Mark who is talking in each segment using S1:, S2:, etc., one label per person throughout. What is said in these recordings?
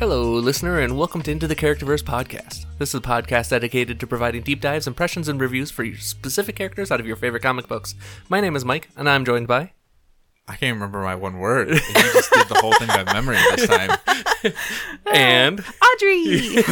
S1: listener, and welcome to Into the Characterverse podcast. This is a podcast dedicated to providing deep dives, impressions, and reviews for your specific characters out of your favorite comic books. My name is Mike, and I'm joined by.
S2: I can't remember my one word. You just did the whole thing by memory this time.
S1: And
S3: Audrey.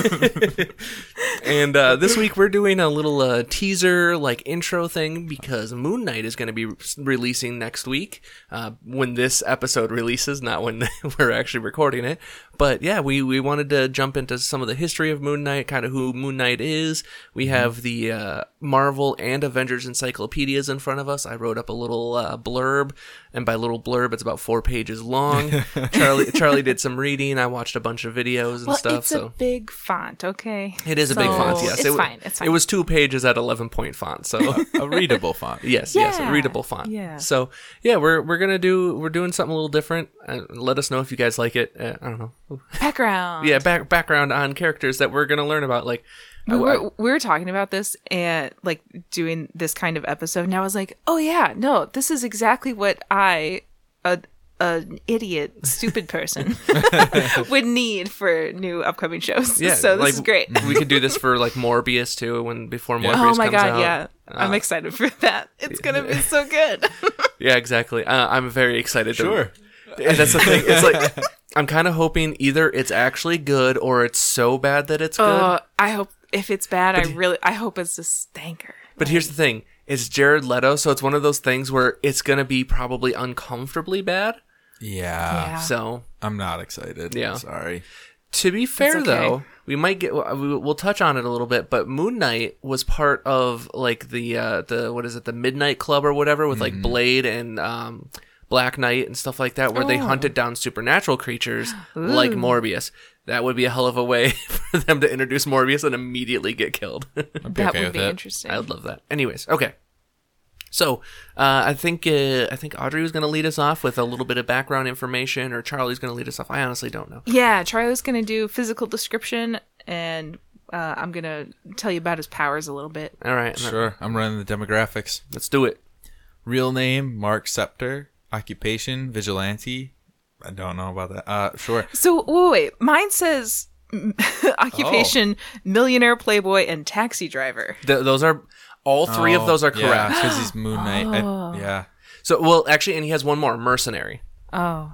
S1: and uh, this week we're doing a little uh, teaser like intro thing because Moon Knight is going to be re- releasing next week uh, when this episode releases, not when we're actually recording it. But yeah, we we wanted to jump into some of the history of Moon Knight, kind of who Moon Knight is. We
S3: Mm-hmm.
S1: have the uh, Marvel and Avengers encyclopedias in front of us. I wrote up a little uh, blurb, and by little blurb, it's about four pages long. Charlie Charlie did some reading. I watched a bunch of videos and
S3: well,
S1: stuff.
S3: it's
S1: so
S3: a big font, okay?
S1: it is a big
S3: So,
S1: font, yes.
S3: It's
S1: it, wa-
S3: fine. It's fine.
S1: It was two pages at 11 point font, so
S2: A readable font.
S1: yes, yes, a
S3: Yeah,
S1: readable font.
S3: yeah.
S1: So, yeah, we're we're going to do we're doing something a little different. Uh, let us know if you guys like it. Uh, I don't know.
S3: background.
S1: Yeah, back, background on characters that we're going to learn about like
S3: We
S1: I- I-
S3: were, we were talking about this and like doing this kind of episode, and I was like, oh, yeah, no, this is exactly what I, a, an idiot, stupid person, would need for new upcoming shows.
S1: yeah,
S3: so this
S1: like,
S3: is great.
S1: we could do this for like Morbius too when before Morbius
S3: Oh my
S1: comes
S3: god,
S1: out.
S3: yeah. I'm
S1: Uh,
S3: excited for that. It's gonna be so good.
S1: Yeah, exactly. Uh, I'm very excited. to-
S2: Sure.
S1: And that's the thing. It's like I'm kind of hoping either it's actually good or it's so bad that it's good.
S3: Uh, I hope if it's bad, I really I hope it's a stanker.
S1: But here's the thing: it's Jared Leto, so it's one of those things where it's gonna be probably uncomfortably bad.
S2: Yeah.
S3: Yeah.
S1: Uh, So,
S2: I'm not excited.
S1: Yeah.
S2: Sorry.
S1: to be fair,
S3: okay.
S1: though, we might get we- we'll touch on it a little bit. But Moon Knight was part of like the uh, the what is it the Midnight Club or whatever with like Blade and um, Black Knight and stuff like that, where
S3: Oh.
S1: they hunted down supernatural creatures like Morbius. That would be a hell of a way for them to introduce Morbius and immediately get killed.
S2: I'd be
S3: That
S2: okay
S3: would
S2: with
S3: be
S2: it.
S3: interesting.
S1: I would love that. Anyways, okay. So uh, I think uh, I think Audrey was going to lead us off with a little bit of background information, or Charlie's going to lead us off. I honestly don't know.
S3: Yeah, Charlie's gonna do physical description, and uh, I'm gonna tell you about his powers a little bit.
S1: All right, and then-
S2: Sure. I'm running the demographics.
S1: let's do it.
S2: Real name Mark Scepter. Occupation Vigilante. I don't know about that. Uh, sure.
S3: So whoa, wait, mine says occupation
S1: Oh.
S3: millionaire playboy and taxi driver.
S1: Th- those are all three of those are correct.
S2: because Oh, he's Moon Knight. I- yeah.
S1: So well, actually, and he has one more mercenary.
S3: Oh,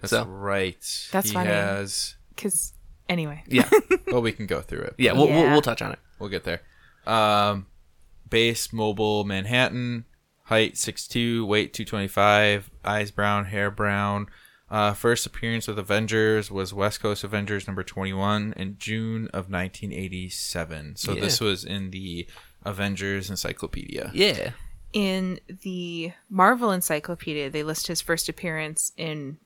S2: That's
S1: So-
S2: right.
S3: That's
S2: he
S3: funny.
S2: has.
S3: because anyway,
S1: Yeah,
S2: Well, we can go through it.
S1: yeah. We'll, We'll,
S3: Yeah.
S1: we'll touch on it.
S2: We'll get there. Um, base mobile Manhattan, height 6'2, weight 225, eyes brown, hair brown. Uh, first appearance with Avengers was West Coast Avengers number 21 in June of 1987. So
S1: Yeah.
S2: this was in the Avengers Encyclopedia.
S1: Yeah,
S3: in the Marvel Encyclopedia, they list his first appearance in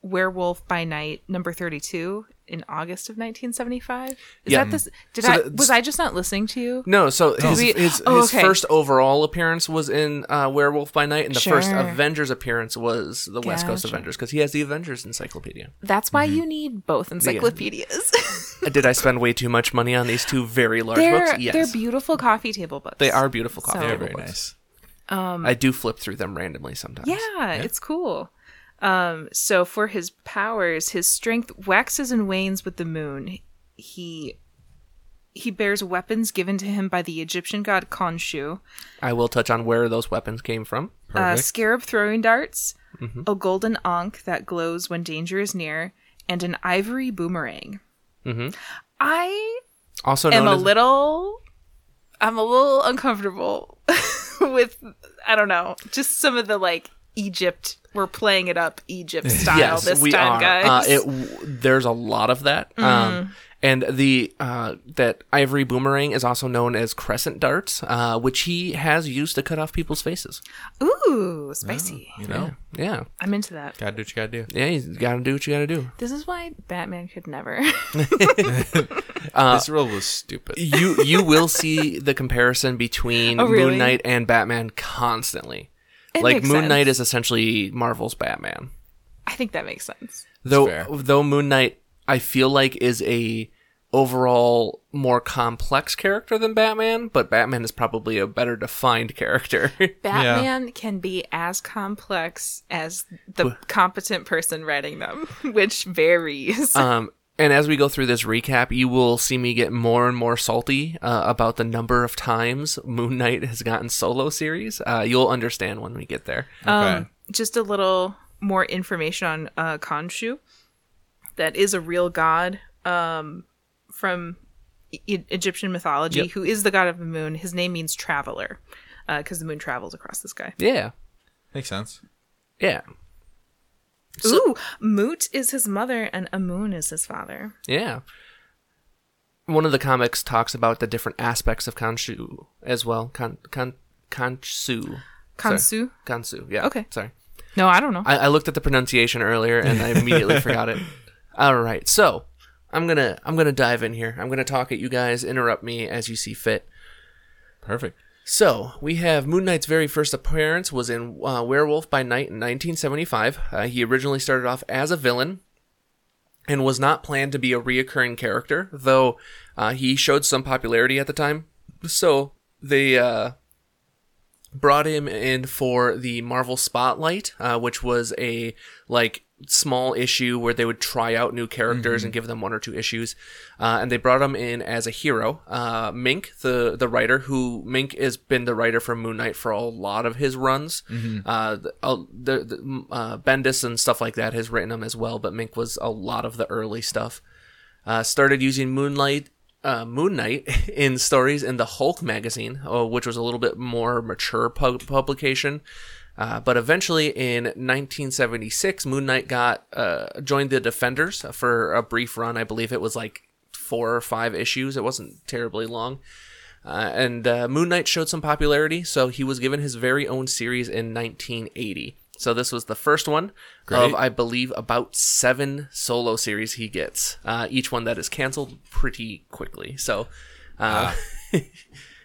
S3: Werewolf by Night number 32 in August of 1975. Is
S1: Yeah.
S3: that this did
S1: So
S3: I
S1: that's-
S3: was I just not listening to you?
S1: no. So his
S3: We-
S1: his,
S3: oh,
S1: his
S3: okay.
S1: first overall appearance was in uh, Werewolf by Night, and the first
S3: Sure.
S1: Avengers appearance was the West Coast
S3: Gotcha.
S1: Avengers because he has the Avengers Encyclopedia.
S3: That's
S1: Mm-hmm.
S3: why you need both encyclopedias.
S1: Did I spend way too much money on these two very large
S3: they're
S1: books? Yes.
S3: they're beautiful coffee table books.
S1: They are beautiful coffee
S3: So- Um,
S1: table
S2: They're very
S1: books.
S2: nice.
S1: I do flip through them randomly sometimes.
S3: Yeah, it's cool. Um, so for his powers, his strength waxes and wanes with the moon. He he bears weapons given to him by the Egyptian god Khonshu.
S1: I will touch on where those weapons came from.
S3: uh,
S2: Perfect.
S3: scarab throwing darts, a golden ankh that glows when danger is near, and an ivory boomerang. I
S1: Also known
S3: am a
S1: as
S3: little, I'm a little uncomfortable with, I don't know, just some of the like Egypt. We're playing it up Egypt style
S1: yes,
S3: this
S1: we
S3: time,
S1: are.
S3: guys.
S1: Uh, it w- there's a lot of that.
S3: Mm-hmm.
S1: Um, and the uh, that ivory boomerang is also known as crescent darts, uh, which he has used to cut off people's faces.
S3: Ooh, spicy!
S2: You know,
S1: Yeah,
S3: I'm into that.
S2: gotta do what you gotta do.
S1: yeah, you gotta do what you gotta do.
S3: This is why Batman could never.
S1: Uh,
S2: this rule was stupid.
S1: You you will see the comparison between
S3: Oh, really?
S1: Moon Knight and Batman constantly.
S3: It
S1: like
S3: makes
S1: Moon
S3: sense.
S1: Knight is essentially Marvel's Batman.
S3: I think that makes sense.
S1: though
S2: fair.
S1: though Moon Knight I feel like is a overall more complex character than Batman, but Batman is probably a better defined character.
S3: Batman can be as complex as the competent person writing them, which varies.
S1: um And as we go through this recap, you will see me get more and more salty uh, about the number of times Moon Knight has gotten solo series. Uh, you'll understand when we get there.
S3: Um, just a little more information on uh, Khonshu. That is a real god um, from E- E- Egyptian mythology,
S1: Yep.
S3: who is the god of the moon. His name means traveler, because the moon travels across the sky.
S1: Yeah.
S2: Makes sense.
S1: Yeah.
S3: Ooh, Moot is his mother, and Amun is his father.
S1: Yeah. One of the comics talks about the different aspects of Khonshu as well. Kan Kan Khonshu.
S3: Kansu?
S1: Khonshu. Yeah.
S3: Okay.
S1: Sorry.
S3: No, I don't know.
S1: I, I looked at the pronunciation earlier and I immediately forgot it. All right, so I'm gonna I'm gonna dive in here. I'm gonna talk at you guys. Interrupt me as you see fit.
S2: Perfect.
S1: So we have Moon Knight's very first appearance was in uh, Werewolf by Night in 1975. Uh, he originally started off as a villain and was not planned to be a reoccurring character, though uh, he showed some popularity at the time. So they uh, brought him in for the Marvel Spotlight, uh, which was a like small issue where they would try out new characters and give them one or two issues. Uh, and they brought him in as a hero, uh, Mink, the the writer, who Mink has been the writer for Moon Knight for a lot of his runs. Uh, the, uh, the, the, mm, uh, Bendis and stuff like that has written him as well, but Mink was a lot of the early stuff uh, started using Moonlight, uh, Moon Knight in stories in the Hulk magazine, uh, which was a little bit more mature pub- publication. Uh, but eventually, in 1976, Moon Knight got uh, joined the Defenders for a brief run. I believe it was like four or five issues. It wasn't terribly long. Uh, and uh, Moon Knight showed some popularity, so he was given his very own series in 1980. So this was the first one of,
S2: Great.
S1: I believe, about seven solo series he gets. Uh, each one that is canceled pretty quickly. So uh,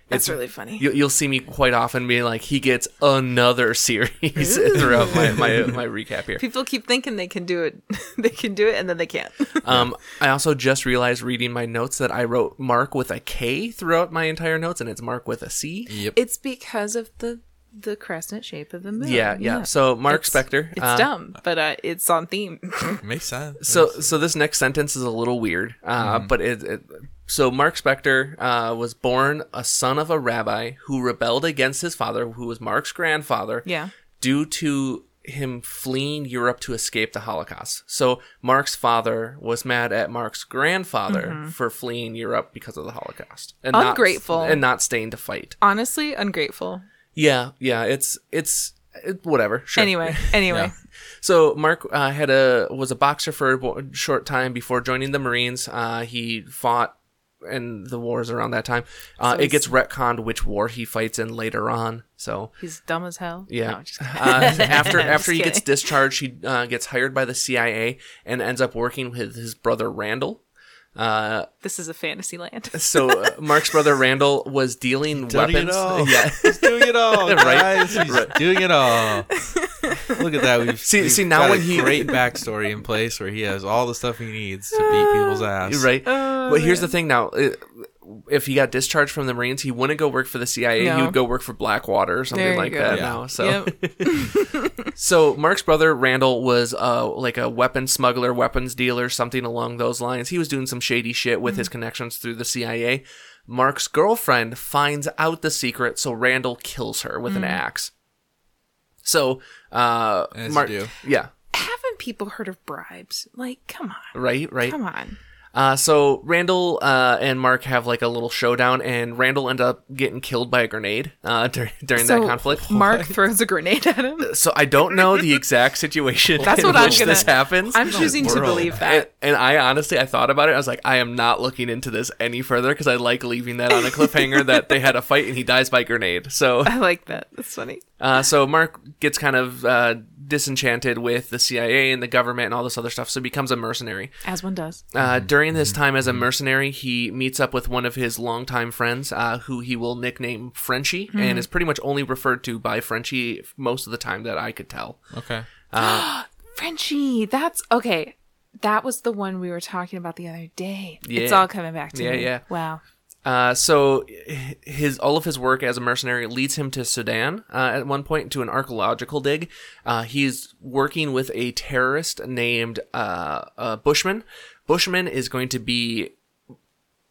S3: That's really funny.
S1: you, you'll see me quite often being like, he gets another series throughout my, my, my recap here.
S3: People keep thinking they can do it. they can do it, and then they can't.
S1: Um, I also just realized reading my notes that I wrote Mark with a K throughout my entire notes, and it's Mark with a C.
S2: Yep.
S3: it's because of the the crescent shape of the moon.
S1: Yeah, yeah. So Mark
S3: It's-
S1: Spector.
S3: It's
S1: uh,
S3: dumb, but uh, it's on theme.
S2: Makes sense.
S1: So so this next sentence is a little weird, uh, but it, it so Mark Spector uh, was born a son of a rabbi who rebelled against his father, who was Mark's grandfather.
S3: Yeah.
S1: due to him fleeing Europe to escape the Holocaust. So Mark's father was mad at Mark's grandfather for fleeing Europe because of the Holocaust and not-
S3: Mm-hmm. Ungrateful.
S1: and not staying to fight.
S3: Honestly, ungrateful.
S1: Yeah, yeah. It's it's it, whatever. Sure.
S3: Anyway, anyway,
S1: So Mark uh, had a was a boxer for a bo- short time before joining the Marines. Uh, he fought in the wars around that time. Uh, it
S3: he's-
S1: gets retconned which war he fights in later on. So
S3: he's dumb as hell.
S1: yeah.
S3: No, I'm just kidding.
S1: uh, after after he
S3: kidding.
S1: gets discharged, he uh, gets hired by the CIA and ends up working with his brother Randall. Uh,
S3: this is a fantasy land.
S1: so uh, Mark's brother Randall was dealing
S2: Doing
S1: weapons.
S2: it all.
S1: Yeah.
S2: He's doing it all.
S1: Right.
S2: Guys. He's doing it all. Look at that. We've
S1: See-
S2: we've
S1: see, now
S2: got
S1: when
S2: a
S1: he-
S2: great backstory in place where he has all the stuff he needs to beat people's ass.
S1: You're right.
S3: Uh,
S1: but here's the thing now. i- If he got discharged from the Marines, he wouldn't go work for the CIA. He
S3: No.
S1: would go work for Blackwater or something
S3: There you
S1: like
S3: go.
S1: that
S2: Yeah.
S1: now. So
S3: Yep.
S1: so Mark's brother Randall was uh like a weapon smuggler, weapons dealer, something along those lines. He was doing some shady shit with
S3: Mm-hmm.
S1: his connections through the CIA. Mark's girlfriend finds out the secret, so Randall kills her with
S3: Mm-hmm.
S1: an axe. So uh
S2: As you
S1: Mark
S2: do.
S1: Yeah.
S3: Haven't people heard of bribes? Like, come on,
S1: Right, right.
S3: come on.
S1: Uh, so Randall uh, and Mark have like a little showdown, and Randall ended up getting killed by a grenade uh, dur- during
S3: So
S1: that conflict.
S3: Mark throws a grenade at him.
S1: So I don't know the exact situation
S3: That's
S1: in
S3: what I'm
S1: which
S3: gonna-
S1: this happens.
S3: I'm choosing to
S2: world.
S3: believe
S1: and,
S3: that.
S1: and I honestly, I thought about it. I was like, I am not looking into this any further because I like leaving that on a cliffhanger that they had a fight and he dies by grenade. So
S3: I like that. That's funny.
S1: uh, so Mark gets kind of uh, disenchanted with the CIA and the government and all this other stuff, so he becomes a mercenary.
S3: As one does.
S1: Uh, during this time as a mercenary, he meets up with one of his longtime friends, uh, who he will nickname Frenchie, and is pretty much only referred to by Frenchie f- most of the time that I could tell.
S2: Okay.
S3: Frenchie, that's okay. That was the one we were talking about the other day. It's
S1: Yeah.
S3: all coming back to
S1: Yeah,
S3: me.
S1: yeah.
S3: Wow.
S1: Uh, so h- his all of his work as a mercenary leads him to Sudan uh, at one point to an archaeological dig. Uh, he's working with a terrorist named uh, uh, Bushman Bushman is going to be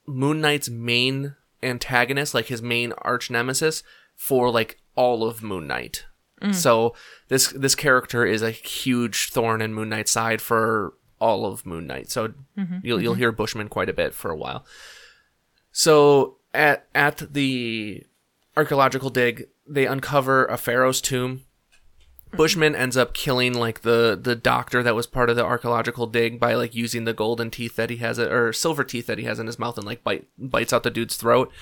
S1: Moon Knight's main antagonist, like his main arch nemesis for like all of Moon Knight. So this this character is a huge thorn in Moon Knight's side for all of Moon Knight. So you'll you'll hear Bushman quite a bit for a while. So at at the archaeological dig, they uncover a pharaoh's tomb. Bushman ends up killing like the the doctor that was part of the archaeological dig by like using the golden teeth that he has or silver teeth that he has in his mouth and like bite bites out the dude's throat.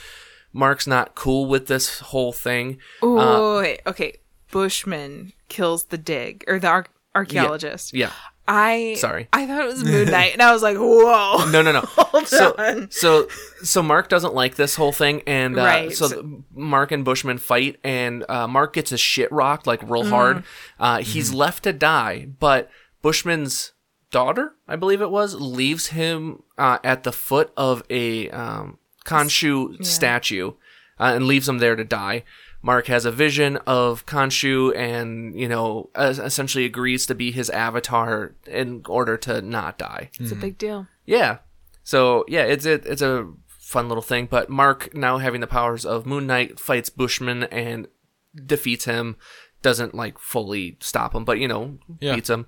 S1: Mark's not cool with this whole thing.
S3: Ooh,
S1: Uh,
S3: wait, okay. Bushman kills the dig or the ar- archaeologist.
S1: Yeah.
S3: I
S1: Sorry.
S3: I thought it was Moon Knight, and I was like, whoa.
S1: No, no, no. so, hmm.
S3: on.
S1: so, so Mark doesn't like this whole thing, and uh,
S3: Right.
S1: so th- Mark and Bushman fight, and uh, Mark gets his shit rocked like real
S3: Mm.
S1: hard. Uh, he's left to die, but Bushman's daughter, I believe it was, leaves him uh, at the foot of a um, Khonshu statue, uh, and leaves him there to die. Mark has a vision of Khonshu and, you know, es- essentially agrees to be his avatar in order to not die.
S3: It's a big deal.
S1: Yeah. So yeah, it's it, it's a fun little thing. But Mark now having the powers of Moon Knight fights Bushman and defeats him. Doesn't like fully stop him, but you know
S2: Yeah.
S1: beats him.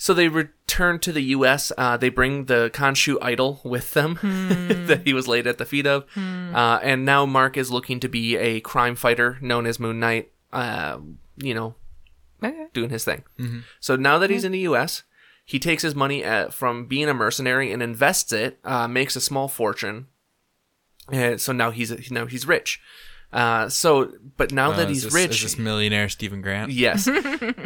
S1: So they return to the U.S. Uh, they bring the Khonshu idol with them that he was laid at the feet of, uh, and now Mark is looking to be a crime fighter known as Moon Knight. Uh, you know,
S3: Okay.
S1: doing his thing.
S2: Mm-hmm.
S1: So now that he's in the U.S., he takes his money at, from being a mercenary and invests it, uh, makes a small fortune. Uh, so now he's now he's rich. Uh, so, but now that
S2: Uh,
S1: he's
S2: is this-
S1: rich,
S2: Is this millionaire Stephen Grant?
S1: yes.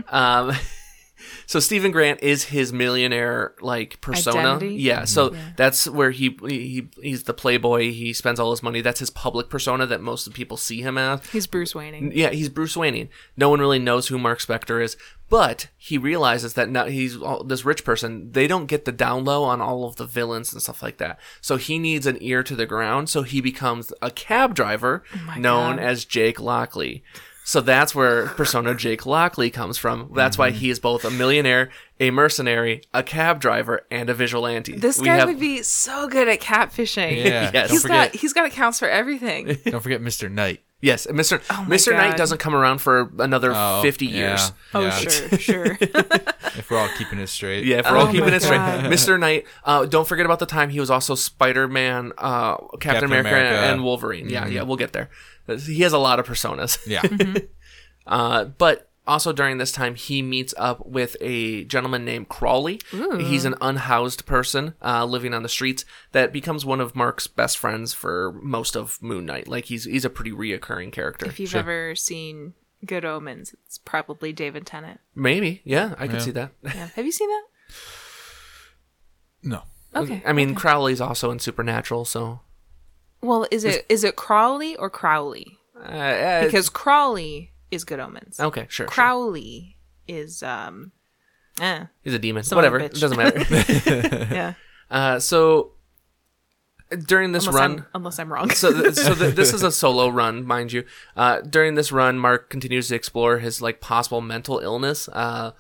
S1: um, so Stephen Grant is his millionaire like persona.
S3: Identity?
S1: Yeah. So that's where he, he he's the playboy. He spends all his money. That's his public persona that most people see him as.
S3: He's Bruce Wayne.
S1: Yeah, he's Bruce Wayne. No one really knows who Mark Spector is, but he realizes that now he's all, this rich person. They don't get the down low on all of the villains and stuff like that. So he needs an ear to the ground. So he becomes a cab driver known
S3: Oh God.
S1: as Jake Lockley. So that's where persona Jake Lockley comes from. That's
S3: Mm-hmm.
S1: why he is both a millionaire, a mercenary, a cab driver, and a vigilante.
S3: This
S1: We
S3: guy
S1: have-
S3: would be so good at catfishing.
S2: Yeah.
S1: Yes.
S2: Don't
S3: He's got
S2: forget.
S3: he's got accounts for everything.
S2: Don't forget Mr. Knight.
S1: Yes, and Mr.
S3: Oh my
S1: Mr. Knight
S3: God.
S1: doesn't come around for another
S2: Oh,
S1: 50
S2: yeah,
S1: years.
S3: Oh
S2: yeah.
S3: sure, sure.
S2: If we're all keeping it straight.
S1: Yeah, if we're all
S3: Oh
S1: keeping
S3: my
S1: it straight.
S3: God.
S1: Mr. Knight, uh, don't forget about the time he was also Spider Man, uh, Captain,
S2: Captain
S1: America,
S2: America. Mm-hmm.
S1: and Wolverine. Yeah, yeah, we'll get there. He has a lot of personas.
S2: Yeah.
S3: Mm-hmm.
S1: Uh, but also during this time, he meets up with a gentleman named Crawley. He's an unhoused person uh, living on the streets that becomes one of Mark's best friends for most of Moon Knight. Like, he's, he's a pretty reoccurring character.
S3: if you've ever seen Good Omens, it's probably David Tennant.
S1: Maybe. Yeah, I can see that.
S3: Yeah. Have you seen that?
S2: No.
S3: Okay.
S1: I mean, Crowley's also in Supernatural, so.
S3: Well, is it is it Crawley or Crowley?
S1: Uh, uh,
S3: Because Crawley is Good Omens.
S1: okay, sure. sure.
S3: Crowley is um, eh,
S1: He's a demon.
S3: Son of a
S1: Whatever. It
S3: bitch.
S1: doesn't matter.
S3: yeah.
S1: uh, so during this
S3: Unless
S1: run.
S3: I'm, unless I'm wrong.
S1: so, th- so th- this is a solo run, mind you. Uh, during this run, Mark continues to explore his like possible mental illness. Uh,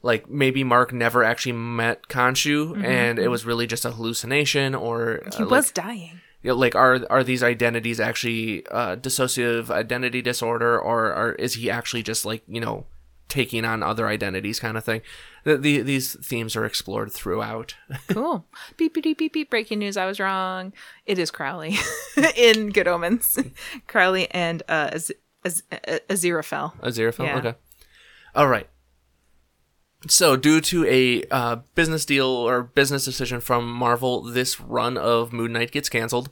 S1: like maybe Mark never actually met Khonshu, and it was really just a hallucination, or
S3: Mm-hmm, he
S1: uh,
S3: was dying.
S1: you know, like are are these identities actually uh, dissociative identity disorder or, or is he actually just like you know taking on other identities kind of thing the, the, these themes are explored throughout
S3: Cool. Beep, beep, beep, beep, beep. Breaking news. I was wrong. It is Crowley in Good Omens. Crowley and uh, Az- Az- Az- Aziraphale.
S1: Aziraphale?
S3: Yeah.
S1: Okay. All right. So, due to a uh, business deal or business decision from Marvel, this run of Moon Knight gets canceled.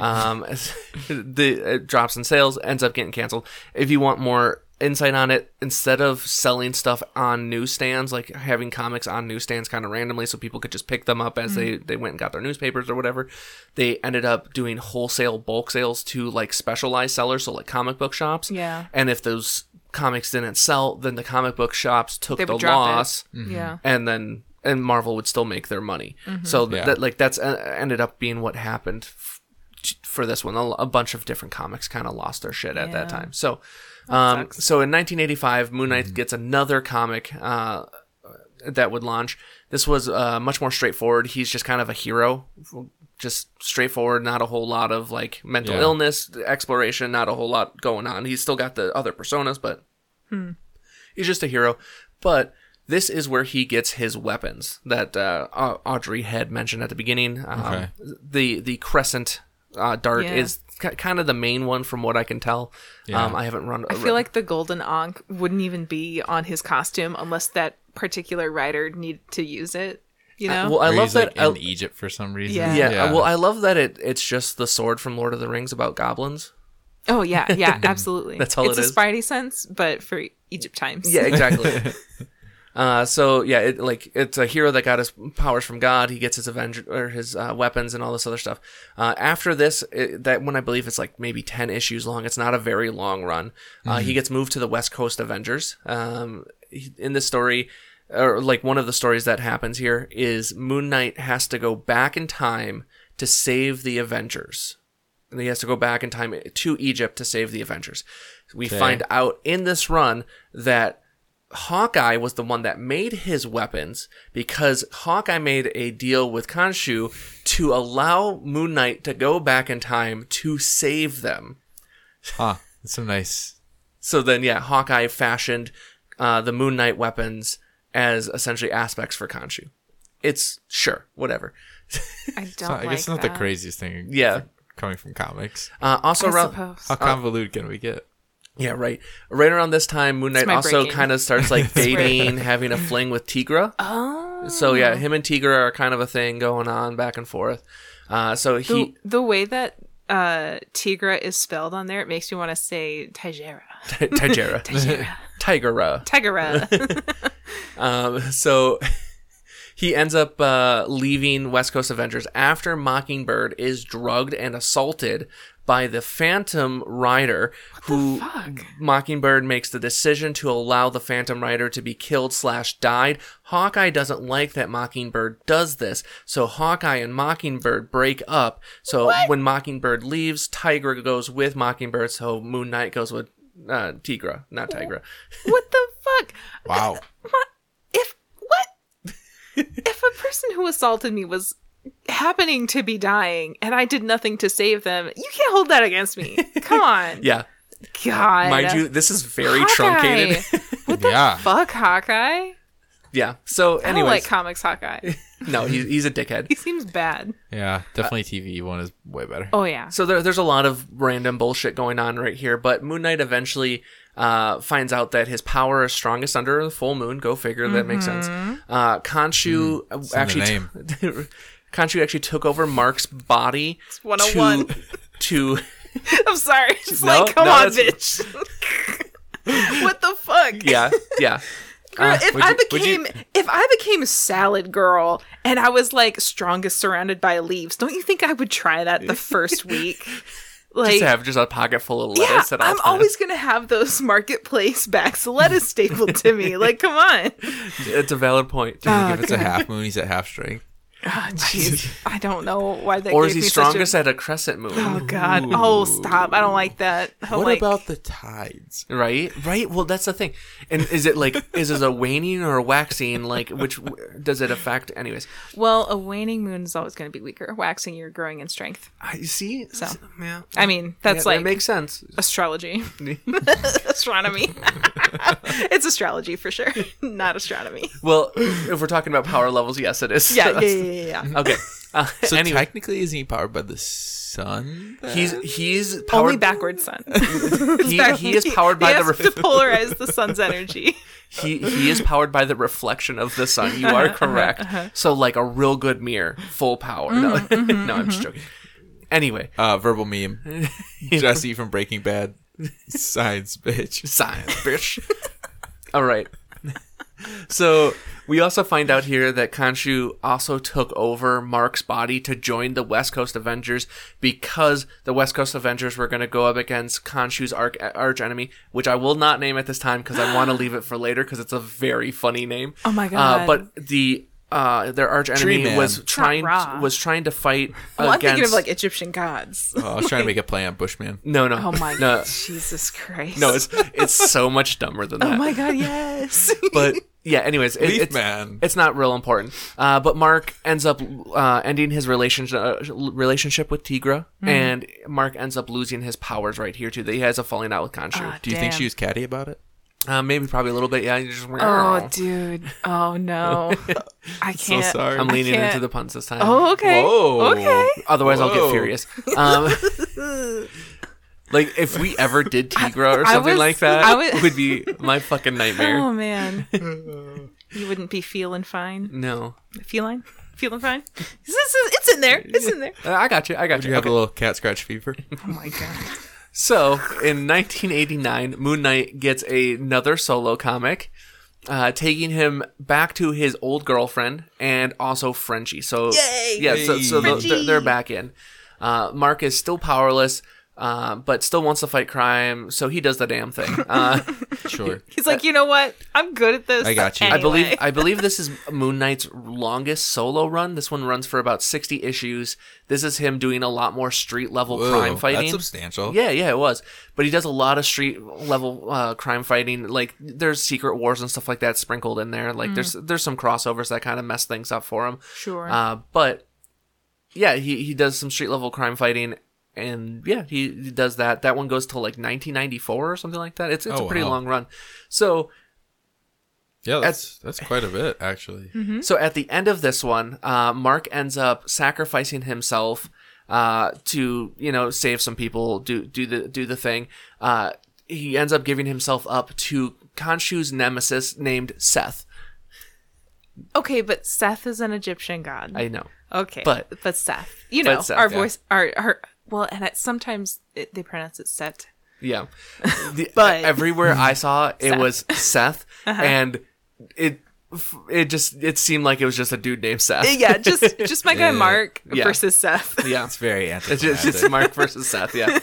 S1: Um, the it drops in sales, ends up getting canceled. If you want more insight on it, instead of selling stuff on newsstands, like having comics on newsstands kind of randomly, so people could just pick them up as
S3: Mm-hmm.
S1: they they went and got their newspapers or whatever, they ended up doing wholesale bulk sales to like specialized sellers, so like comic book shops.
S3: Yeah.
S1: And if those comics didn't sell, then the comic book shops took
S3: They would
S1: the
S3: drop it.
S1: loss,
S3: Yeah.
S1: and then and Marvel would still make their money.
S3: Mm-hmm.
S1: So th-
S2: Yeah.
S1: that like that's uh, ended up being what happened f- for this one. A, l- a bunch of different comics kind of lost their shit at that
S3: Yeah.
S1: time. So, um,
S3: sucks.
S2: Mm-hmm.
S1: so in 1985, Moon Knight gets another comic. Uh, that would launch. This was uh, much more straightforward. He's just kind of a hero, just straightforward. Not a whole lot of like mental
S2: Yeah.
S1: illness exploration. Not a whole lot going on. He's still got the other personas, but he's just a hero. But this is where he gets his weapons that uh, Au- Audrey had mentioned at the beginning. Um,
S2: Okay.
S1: The the crescent uh, dart
S3: Yeah.
S1: is ki kind of the main one from what I can tell.
S2: Yeah.
S1: Um, I haven't run.
S3: I feel like the golden onk wouldn't even be on his costume unless that particular writer needed to use it. You know,
S1: Uh, Well, I
S2: Or
S1: love
S2: he's, like,
S1: that. I-
S2: in E- Egypt for some reason.
S3: Yeah.
S1: yeah, Well, I love that it it's just the sword from Lord of the Rings about goblins.
S3: Oh yeah, yeah, absolutely.
S1: That's all
S3: it's
S1: it
S3: a
S1: is.
S3: Spidey sense, but for Egypt times.
S1: Yeah, exactly. uh, so yeah, it, like it's a hero that got his powers from God. He gets his avenger or his uh, weapons and all this other stuff. Uh, after this, it, that one I believe it's like maybe ten issues long. It's not a very long run. Uh, he gets moved to the West Coast Avengers. Um, he- in this story. Or like one of the stories that happens here is Moon Knight has to go back in time to save the Avengers. and he has to go back in time to Egypt to save the Avengers. We find out in this run that Hawkeye was the one that made his weapons because Hawkeye made a deal with Khonshu to allow Moon Knight to go back in time to save them.
S2: Huh. That's some nice.
S1: So then, yeah, Hawkeye fashioned uh, the Moon Knight weapons as essentially aspects for Khonshu. It's sure, whatever.
S3: I don't.
S2: I
S3: like
S2: guess it's not
S3: that.
S2: the craziest thing.
S1: Yeah.
S2: Coming from comics.
S1: Uh, also,
S3: I
S1: around,
S3: suppose.
S2: How convoluted can we get?
S1: Yeah, right. Right around this time, Moon Knight
S3: my
S1: also
S3: breaking.
S1: kind of starts like dating, having a fling with Tigra.
S3: Oh,
S1: So yeah, him and Tigra are kind of a thing going on back and forth. Uh, so
S3: the,
S1: he
S3: the way that uh, Tigra is spelled on there, it makes me want to say Tigera.
S1: Tigera, Tigra.
S3: Tigera.
S1: Um, so he ends up uh, leaving West Coast Avengers after Mockingbird is drugged and assaulted by the Phantom Rider, who
S3: fuck?
S1: Mockingbird makes the decision to allow the Phantom Rider to be killed slash died. Hawkeye doesn't like that Mockingbird does this, so Hawkeye and Mockingbird break up. So when Mockingbird leaves, Tigra goes with Mockingbird, so Moon Knight goes with uh, Tigra, not Tigra.
S3: what the fuck?
S2: Wow.
S3: My, if what? if a person who assaulted me was happening to be dying and I did nothing to save them, you can't hold that against me. Come on,
S1: Yeah,
S3: God.
S1: mind you, this is very
S3: Hawkeye.
S1: truncated.
S3: What the
S2: Yeah.
S3: fuck, Hawkeye?
S1: Yeah. So,
S3: I don't like
S1: anyways,
S3: comics, Hawkeye.
S1: no, he's, he's a dickhead.
S3: He seems bad.
S2: Yeah. Definitely TV one is way better.
S3: Oh yeah.
S1: So there, there's a lot of random bullshit going on right here. But Moon Knight eventually uh, finds out that his power is strongest under the full moon. Go figure. That makes sense.
S3: Mm-hmm.
S1: Uh, Khonshu uh,
S2: in the
S1: actually. t- Khonshu actually took over Mark's body to
S3: 101.
S1: to
S3: I'm sorry. It's
S1: No,
S3: like, come
S1: no,
S3: on,
S1: that's-
S3: bitch. what the fuck?
S1: yeah yeah.
S3: Girl,
S1: Uh,
S3: if
S2: would
S3: I
S2: you- would you-
S3: became if I became salad girl and I was like strongest surrounded by leaves, don't you think I would try that the first week? Like
S1: Just have just a pocket full of
S3: yeah,
S1: lettuce at all
S3: I'm
S1: times.
S3: always gonna have those marketplace bags of lettuce stapled to me. Like, come on.
S1: It's a valid point.
S2: if it's a half moon, he's at half strength.
S3: Ah, Jeez, I don't know why that.
S1: or
S3: gave
S1: is he
S3: me such a-
S1: strongest at a crescent moon?
S3: Oh God! Oh stop! I don't like that. i
S2: What
S3: like,
S2: about the tides?
S1: Right, right. Well, that's the thing. And is it like is it a waning or a waxing? Like, which does it affect? Anyways,
S3: Well, a waning moon is always going to be weaker. Waxing, you're growing in strength.
S1: I see. So yeah,
S3: I mean, that's
S1: Yeah,
S3: like
S1: that makes sense.
S3: astrology, astronomy. it's astrology for sure, not astronomy.
S1: Well, if we're talking about power levels, yes, it is.
S3: Yeah, yeah, yeah, yeah. yeah.
S1: Okay. Uh,
S2: So
S1: anyway,
S2: technically, isn't he powered by the sun?
S1: he's he's
S3: Only
S1: powered.
S3: backwards sun.
S1: he, he is powered by the
S3: has
S1: ref-
S3: to polarize the sun's energy.
S1: he he is powered by the reflection of the sun. You
S3: Uh-huh,
S1: are correct. So like a real good mirror, full power.
S3: Mm-hmm,
S1: No, no, I'm just joking. Anyway,
S2: Uh, verbal meme. Jesse from Breaking Bad. Science, bitch.
S1: science, bitch. All right. So we also find out here that Khonshu also took over Mark's body to join the West Coast Avengers because the West Coast Avengers were going to go up against Khonshu's arch, arch enemy, which I will not name at this time because I want to leave it for later because it's a very funny name.
S3: Oh my
S1: Uh,
S3: God.
S1: but the uh, their arch
S2: Tree
S1: enemy
S2: Man.
S1: was trying
S3: Ra.
S1: was trying to fight
S3: Well, I'm
S1: against.
S3: thinking of like Egyptian gods.
S2: Oh, I was trying to make a play on Bushman.
S1: no, no,
S3: Oh my
S1: no,
S3: Jesus Christ!
S1: no. It's it's so much dumber than that.
S3: oh my God! Yes.
S1: but yeah. Anyways, it,
S2: Leaf
S1: it's,
S2: Man.
S1: it's not real important. Uh, but Mark ends up uh, ending his relationship uh, relationship with Tigra,
S3: Mm-hmm.
S1: and Mark ends up losing his powers right here too. That he has a falling out with Khonshu.
S2: Do you think
S3: Damn.
S2: she was catty about it?
S1: Uh, maybe probably a little bit. Yeah. you Just,
S3: Oh, dude. Oh no. I can't.
S2: sorry.
S1: I'm leaning
S3: I can't-
S1: into the puns this time.
S3: Oh, okay.
S2: Whoa.
S3: Okay.
S1: Otherwise, I'll get
S2: Whoa.
S1: furious. Um, like if we ever did Tigra or
S3: I
S1: something
S3: was-
S1: like that,
S3: I
S1: it
S3: was-
S1: would be my fucking
S3: Oh
S1: nightmare.
S3: man. you wouldn't be feeling fine.
S1: No,
S3: Feeling? Feeling fine? It's, it's, it's in there. It's in there.
S1: Uh, I got you. I got
S2: Do
S1: you.
S2: you have
S1: Okay.
S2: a little cat scratch fever?
S3: Oh my god.
S1: So in 1989, Moon Knight gets another solo comic, uh, taking him back to his old girlfriend and also Frenchie. So
S3: Yay!
S1: yeah, so, so the-
S3: Frenchie!
S1: they're, they're back in. Uh, Mark is still powerless, uh, but still wants to fight crime. So he does the damn thing. Uh,
S2: Sure.
S3: He's like, you know what? I'm good at this.
S2: I got you.
S1: I believe
S3: anyway."
S1: I believe this is Moon Knight's longest solo run. This one runs for about 60 issues. This is him doing a lot more street level
S2: Whoa,
S1: crime fighting.
S2: That's substantial.
S1: Oh, Yeah, yeah, it was. But he does a lot of street level uh, crime fighting. Like there's secret wars and stuff like that sprinkled in there. Like there's there's some crossovers that kind of mess things up for him.
S3: Sure.
S1: Uh, but yeah, he he does some street level crime fighting, and yeah, he, he does that. That one goes till like 1994 or something like that. It's it's
S2: Oh,
S1: a pretty
S2: wow.
S1: long run. So
S2: Yeah, Mm-hmm. that's that's quite a bit actually.
S1: So at the end of this one, uh, Mark ends up sacrificing himself uh, to you know save some people, do do the do the thing. Uh, he ends up giving himself up to Khonshu's nemesis named Seth.
S3: okay, but Seth is an Egyptian god.
S1: I know.
S3: okay.
S1: but-
S3: but Seth. You know,
S1: Seth,
S3: our
S1: yeah.
S3: voice our our well, and it, sometimes it, they pronounce it Set.
S1: Yeah. The-
S3: But-
S1: everywhere I saw it was Seth, and it it just it seemed like it was just a dude named Seth.
S3: Yeah, just just my guy
S2: Yeah.
S3: Mark
S1: Uh, Yeah.
S3: versus Seth.
S1: Yeah.
S2: It's very
S1: It's just, it's just Mark versus Seth, yeah.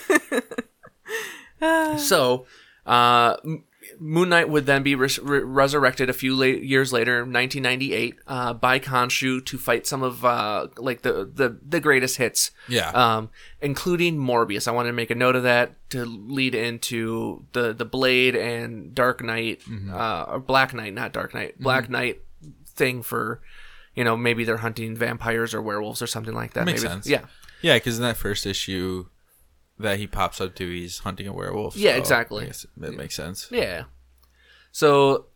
S1: so, uh, M- Moon Knight would then be res- re- resurrected a few la- years later, 1998, uh, by Khonshu to fight some of uh, like the, the the greatest hits,
S2: Yeah.
S1: um, including Morbius. I wanted to make a note of that to lead into the the Blade and Dark Knight,
S2: Mm-hmm.
S1: uh, or Black Knight, not Dark Knight, Black Knight thing for. You know, maybe they're hunting vampires or werewolves or something like that.
S2: Makes
S1: maybe.
S2: sense.
S1: Yeah,
S2: yeah, because in that first issue that he pops up to, he's hunting a werewolf.
S1: Yeah,
S2: so
S1: exactly.
S2: I guess That makes sense.
S1: Yeah. So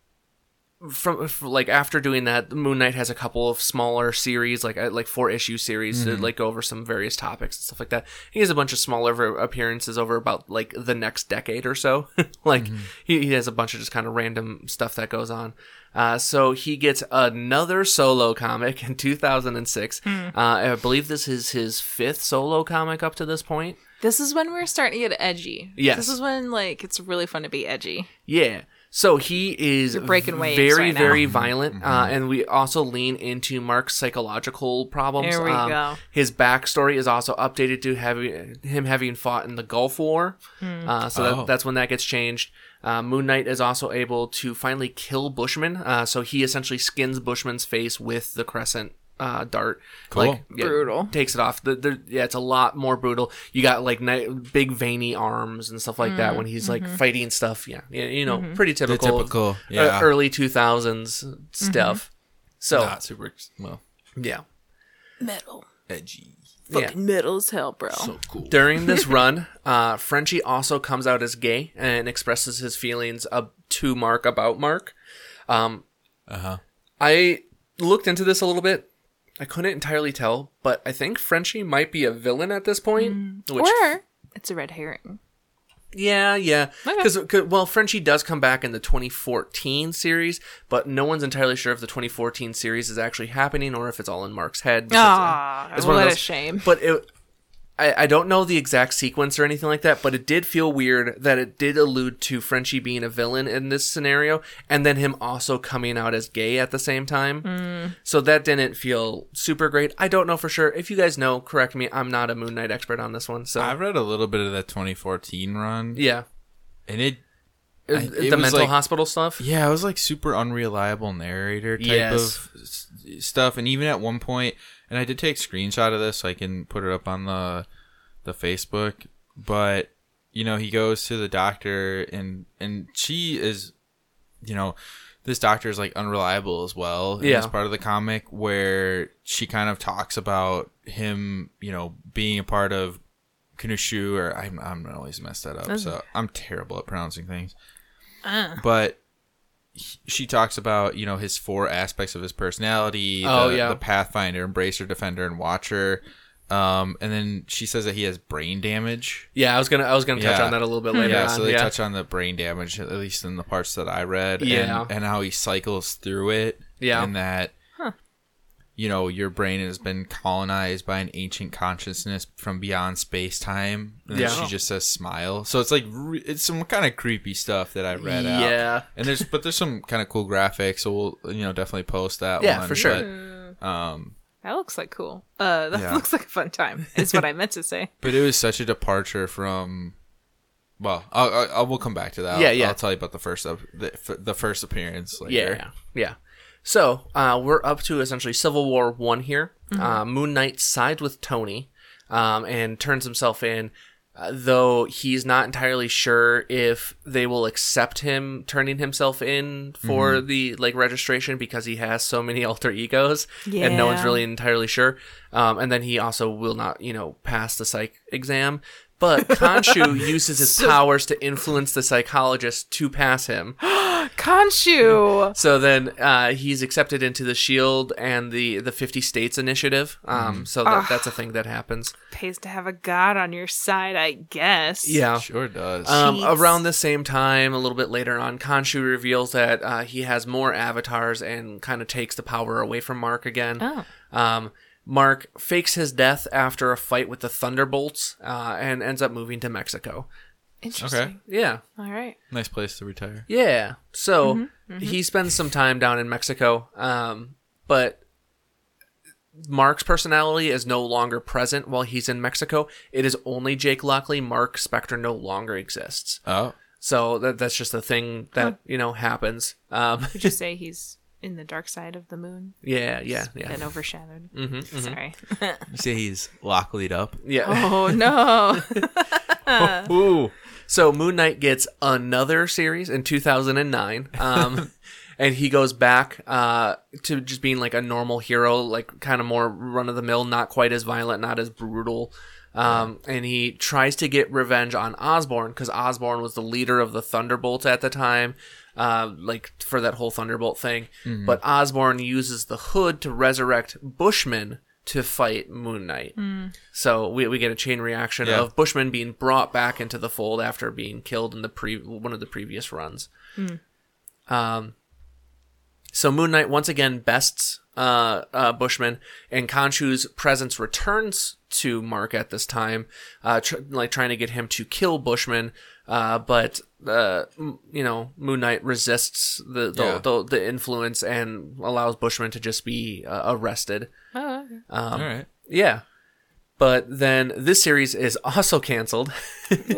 S1: from, f like after doing that, Moon Knight has a couple of smaller series, like uh, like four issue series to like go over some various topics and stuff like that. He has a bunch of smaller ver- appearances over about like the next decade or so. like he, he has a bunch of just kind of random stuff that goes on. Uh, so he gets another solo comic in 2006. Uh, I believe this is his fifth solo comic up to this point.
S3: This is when we're starting to get edgy.
S1: Yes.
S3: This is when like it's really fun to be edgy.
S1: Yeah. So he is
S3: breaking waves
S1: very,
S3: right now.
S1: very
S2: Mm-hmm.
S1: violent, uh, and we also lean into Mark's psychological problems.
S3: There we
S1: Um,
S3: go.
S1: His backstory is also updated to having him having fought in the Gulf War,
S3: Hmm.
S1: uh, so
S2: Oh.
S1: that, that's when that gets changed. Uh, Moon Knight is also able to finally kill Bushman, uh, so he essentially skins Bushman's face with the crescent uh, dart.
S2: Cool.
S1: yeah,
S3: Brutal.
S1: Takes it off. The, the, yeah, it's a lot more brutal. You got like ni- big veiny arms and stuff like
S3: Mm,
S1: that when he's
S3: mm-hmm.
S1: like fighting stuff. Yeah, yeah you know, pretty
S2: The
S1: typical,
S2: typical,
S1: uh,
S2: yeah,
S1: early two thousands stuff.
S3: Mm-hmm.
S1: So
S2: not super well
S1: yeah,
S3: Metal.
S2: edgy.
S1: yeah.
S3: Fucking metal as hell, bro.
S1: Oh,
S2: So cool.
S1: During this run, uh, Frenchie also comes out as gay and expresses his feelings up to Mark about Mark. Um,
S2: Uh huh.
S1: I looked into this a little bit. I couldn't entirely tell, but I think Frenchie might be a villain at this point. Which,
S3: Mm. or it's a red herring.
S1: yeah, yeah,
S3: Okay.
S1: because well, Frenchie does come back in the 2014 series, but no one's entirely sure if the 2014 series is actually happening or if it's all in Mark's head. because, uh,
S3: Ah,
S1: it's one of
S3: what a
S1: those-
S3: shame.
S1: but it I, I don't know the exact sequence or anything like that, but it did feel weird that it did allude to Frenchie being a villain in this scenario, and then him also coming out as gay at the same time. So that didn't feel super great. I don't know for sure. If you guys know, correct me. I'm not a Moon Knight expert on this one, so
S2: I read a little bit of that 2014 run,
S1: yeah.
S2: and it
S1: It-
S2: I- it
S1: the
S2: was
S1: mental
S2: like-
S1: hospital stuff.
S2: Yeah, it was like super unreliable narrator type
S1: Yes.
S2: of s- stuff, and even at one point, and I did take a screenshot of this, so I can put it up on the the Facebook. But you know, he goes to the doctor, and and she is, you know, this doctor is like unreliable as well.
S1: Yeah.
S2: It's part of the comic where she kind of talks about him, you know, being a part of Kanushu, or I'm, I'm always messed that up. So I'm terrible at pronouncing things. But he- she talks about, you know, his four aspects of his personality
S1: Oh,
S2: the,
S1: yeah.
S2: the Pathfinder, Embracer, Defender, and Watcher. Um, and then she says that he has brain damage.
S1: Yeah, I was gonna I was gonna touch
S2: Yeah.
S1: on that a little bit later
S2: Yeah,
S1: on.
S2: so they
S1: Oh, yeah.
S2: touch on the brain damage, at least in the parts that I read. and-
S1: Yeah.
S2: And, how he cycles through it.
S1: Yeah.
S2: And that, you know, your brain has been colonized by an ancient consciousness from beyond space time. And
S1: Yeah.
S2: then she just says smile. So it's like, re- it's some kind of creepy stuff that I read out.
S1: Yeah.
S2: And there's, but there's some kind of cool graphics. So we'll, you know, definitely post that
S1: Yeah,
S2: one.
S1: for sure.
S2: But, um,
S3: That looks like cool. Uh, that
S2: Yeah.
S3: looks like a fun time. Is what I meant to say.
S2: But it was such a departure from. Well, I, I, I will come back to that. I'll-
S1: Yeah, yeah.
S2: I'll tell you about the first up the, f- the first appearance later.
S1: Yeah, yeah. So uh, we're up to essentially Civil War one here. Uh, Moon Knight sides with Tony um, and turns himself in, uh, though he's not entirely sure if they will accept him turning himself in for the like registration because he has so many alter egos and no one's
S3: Yeah.
S1: really entirely sure. Um, and then he also will not, you know, pass the psych exam. But Khonshu uses his powers to influence the psychologist to pass him.
S3: Kanshu.
S1: So then uh, he's accepted into the Shield E and the the Fifty States Initiative. Um, so that, that's a thing that happens.
S3: Pays to have a god on your side, I E guess.
S1: Yeah.
S2: Sure does.
S1: Um,
S3: Jeez.
S1: around the same time, a little bit later on, Khonshu reveals that uh, he has more avatars and kind of takes the power away from Mark again.
S3: Oh.
S1: Um, Mark fakes his death after a fight with the Thunderbolts uh, and ends up moving to Mexico.
S3: Interesting.
S2: okay.
S1: Yeah.
S3: All right.
S2: Nice place to retire.
S1: Yeah. So he spends some time down in Mexico, um, but Mark's personality is no longer present while he's in Mexico. It is only Jake Lockley. Mark Spector no longer exists.
S2: Oh.
S1: So that that's just a thing that you know happens. Um,
S3: Would you say he's in the dark side of the moon?
S1: yeah, yeah, yeah, Mm-hmm,
S3: Been overshadowed. Sorry.
S2: You say he's locklead up.
S1: yeah.
S3: oh no.
S1: Uh,
S2: Ooh.
S1: So Moon Knight gets another series in 2009. Um, and he goes back uh, to just being like a normal hero, like kind of more run of the mill, not quite as violent, not as brutal. Um, and he tries to get revenge on Osborn because Osborn was the leader of the Thunderbolts at the time, uh, like for that whole Thunderbolt thing. But Osborn uses the hood to resurrect Bushman to fight Moon Knight. So we, we get a chain reaction
S2: Yeah.
S1: of Bushman being brought back into the fold after being killed in the pre one of the previous runs. Um, so Moon Knight once again bests uh, uh, Bushman, and Khonshu's presence returns to Mark at this time, uh, tr- like trying to get him to kill Bushman. Uh, but uh, m- you know, Moon Knight resists the the,
S2: Yeah.
S1: the the influence and allows Bushman to just be uh, arrested.
S3: Oh, okay.
S1: um,
S2: All right.
S1: Yeah. But then this series is also canceled,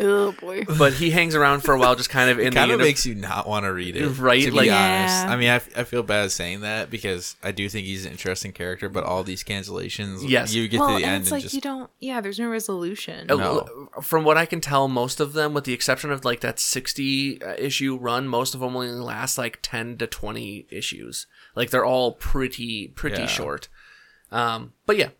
S3: oh boy.
S1: but he hangs around for a while, just kind of in the
S2: Kind of
S1: uni-
S2: makes you not want to read it,
S1: Right,
S2: To be
S1: like-
S2: honest,
S3: Yeah.
S2: I mean, I, f- I feel bad saying that because I do think he's an interesting character, but all these cancellations,
S1: Yes.
S2: you get
S3: Well,
S2: to the
S3: and
S2: end
S3: it's
S2: and
S3: like
S2: just
S3: you don't. Yeah, there's no resolution.
S1: Uh,
S2: No.
S1: From what I can tell, most of them, with the exception of like that 60 uh, issue run, most of them only last like 10 to 20 issues. Like they're all pretty, pretty
S2: Yeah.
S1: short. Um, but yeah.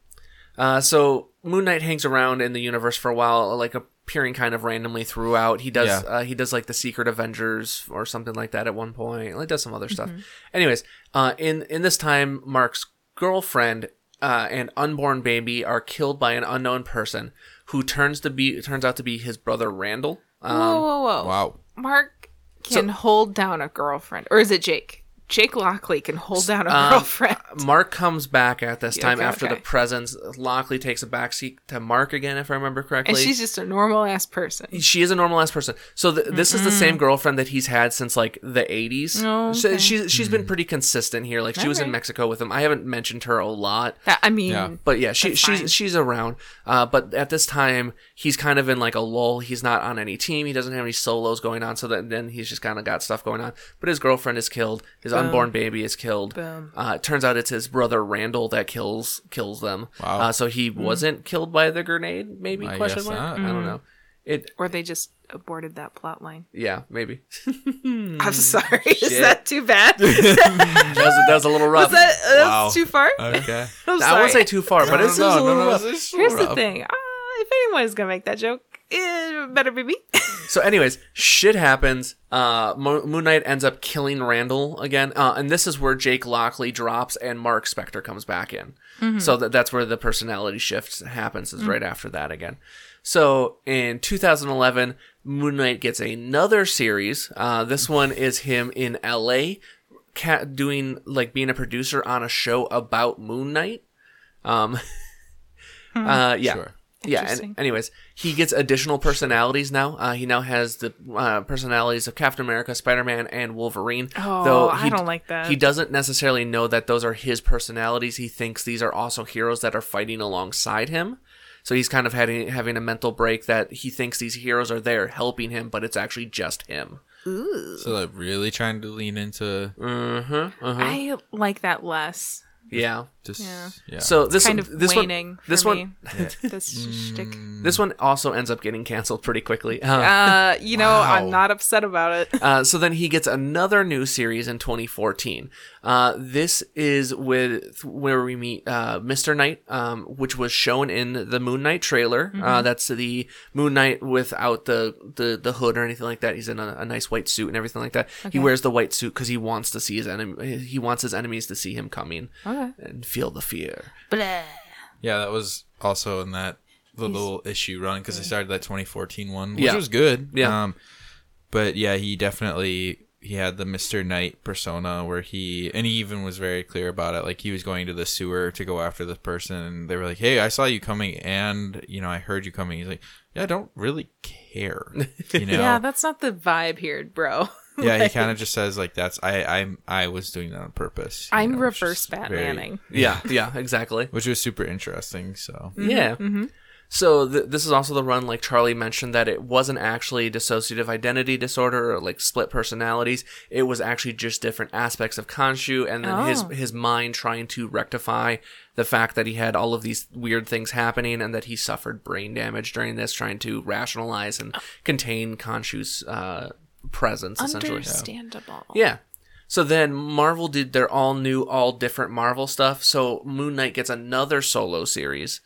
S1: Uh, so Moon Knight hangs around in the universe for a while, like appearing kind of randomly throughout. He does,
S2: Yeah.
S1: uh, he does like the Secret Avengers or something like that at one point. Like does some other
S3: Mm-hmm.
S1: stuff. Anyways, uh, in in this time, Mark's girlfriend uh, and unborn baby are killed by an unknown person who turns to be turns out to be his brother Randall.
S3: whoa,
S1: Um,
S3: whoa, whoa.
S2: wow.
S3: Mark can hold down a girlfriend, or is it Jake? Jake Lockley can hold down a
S1: um,
S3: girlfriend.
S1: Mark comes back at this
S3: Yeah,
S1: time
S3: okay,
S1: after the
S3: okay.
S1: presence. Lockley takes a backseat to Mark again, if I remember correctly.
S3: And she's just a normal ass person.
S1: she is a normal ass person. So th- this is the same girlfriend that he's had since like the 80s.
S3: Oh,
S1: So
S3: okay.
S1: she's she's
S2: Mm.
S1: been pretty consistent here. Like she was in
S3: Alright.
S1: Mexico with him. I haven't mentioned her a lot.
S3: That- I mean,
S2: Yeah.
S1: But yeah, she,
S3: That's fine.
S1: she's she's around. Uh, but at this time, he's kind of in like a lull. He's not on any team. He doesn't have any solos going on. So that, then he's just kind of got stuff going on. But his girlfriend is killed. His unborn baby is killed.
S3: Boom.
S1: Uh, it turns out it's his brother Randall that kills kills them.
S2: Wow.
S3: Mm.
S1: Uh, so he wasn't killed by the grenade. Maybe
S2: I
S1: question
S2: guess
S1: mark.
S2: not.
S1: I don't know. It
S3: Or they just aborted that plot line.
S1: yeah maybe
S2: Hmm.
S3: I'm sorry. Is that too bad?
S1: that was, that was a little rough.
S3: Was that uh,
S2: Wow.
S3: too far?
S2: Okay.
S3: I'm
S1: I
S3: sorry.
S1: won't say too far, but it's
S2: No,
S1: just a
S2: no,
S1: little
S2: no,
S1: rough.
S2: it's just
S3: Here's the
S2: rough.
S3: thing. Uh, if anyone is gonna make that joke, it better be me.
S1: So, anyways, shit happens. Uh, Mo- Moon Knight ends up killing Randall again, uh, and this is where Jake Lockley drops and Mark Spector comes back in. So that that's where the personality shift happens. Is right after that again. So in 2011, Moon Knight gets another series. Uh, this one is him in L.A. Ca doing like being a producer on a show about Moon Knight. Um, uh, yeah.
S2: Sure.
S1: Yeah.
S3: Interesting.
S1: And anyways, he gets additional personalities now. Uh, he now has the uh, personalities of Captain America, Spider Man, and Wolverine.
S3: Oh, I don't like that.
S1: He doesn't necessarily know that those are his personalities. He thinks these are also heroes that are fighting alongside him. So he's kind of having having a mental break that he thinks these heroes are there helping him, but it's actually just him.
S2: So they're really trying to lean into
S1: Uh-huh, uh-huh.
S3: I like that less.
S1: Yeah.
S2: just
S3: Yeah.
S2: yeah.
S1: So this
S3: Kind of
S1: this
S3: waning.
S1: one this
S3: for
S1: one
S3: me. This
S2: Hmm.
S3: shtick.
S1: this one also ends up getting canceled pretty quickly. Uh,
S3: Uh, you know, I'm
S2: Wow.
S3: not upset about it.
S1: Uh, so then he gets another new series in 2014. Uh, this is with where we meet uh, Mr. Knight, um, which was shown in the Moon Knight trailer. Uh, that's the Moon Knight without the, the, the hood or anything like that. He's in a, a nice white suit and everything like that. He wears the white suit because he wants to see his enemy. He wants his enemies to see him coming
S3: Okay.
S1: and feel the fear.
S2: Yeah, that was also in that the little issue run because I started that 2014 one, which
S1: Yeah.
S2: was good.
S1: Yeah.
S2: Um, but yeah, he definitely he had the Mister Knight persona where he and he even was very clear about it. Like he was going to the sewer to go after this person, and they were like, "Hey, I saw you coming, and you know, I heard you coming." He's like, "Yeah, I don't really care." You know.
S3: Yeah, that's not the vibe here, bro.
S2: yeah, he kind of just says like that's I I'm I was doing that on purpose. you
S3: I'm
S2: know, it's
S3: reverse
S2: just very-
S3: Batmaning.
S1: Yeah, yeah, exactly.
S2: which was super interesting. So
S3: Mm.
S1: Yeah. So th- this is also the run, like Charlie mentioned, that it wasn't actually dissociative identity disorder or like split personalities. It was actually just different aspects of Khonshu and then his
S3: Oh.
S1: his mind trying to rectify the fact that he had all of these weird things happening and that he suffered brain damage during this, trying to rationalize and contain Khonshu's uh, presence essentially.
S3: Understandable.
S1: Yeah. So then Marvel did their all new, all different Marvel stuff. So Moon Knight gets another solo series.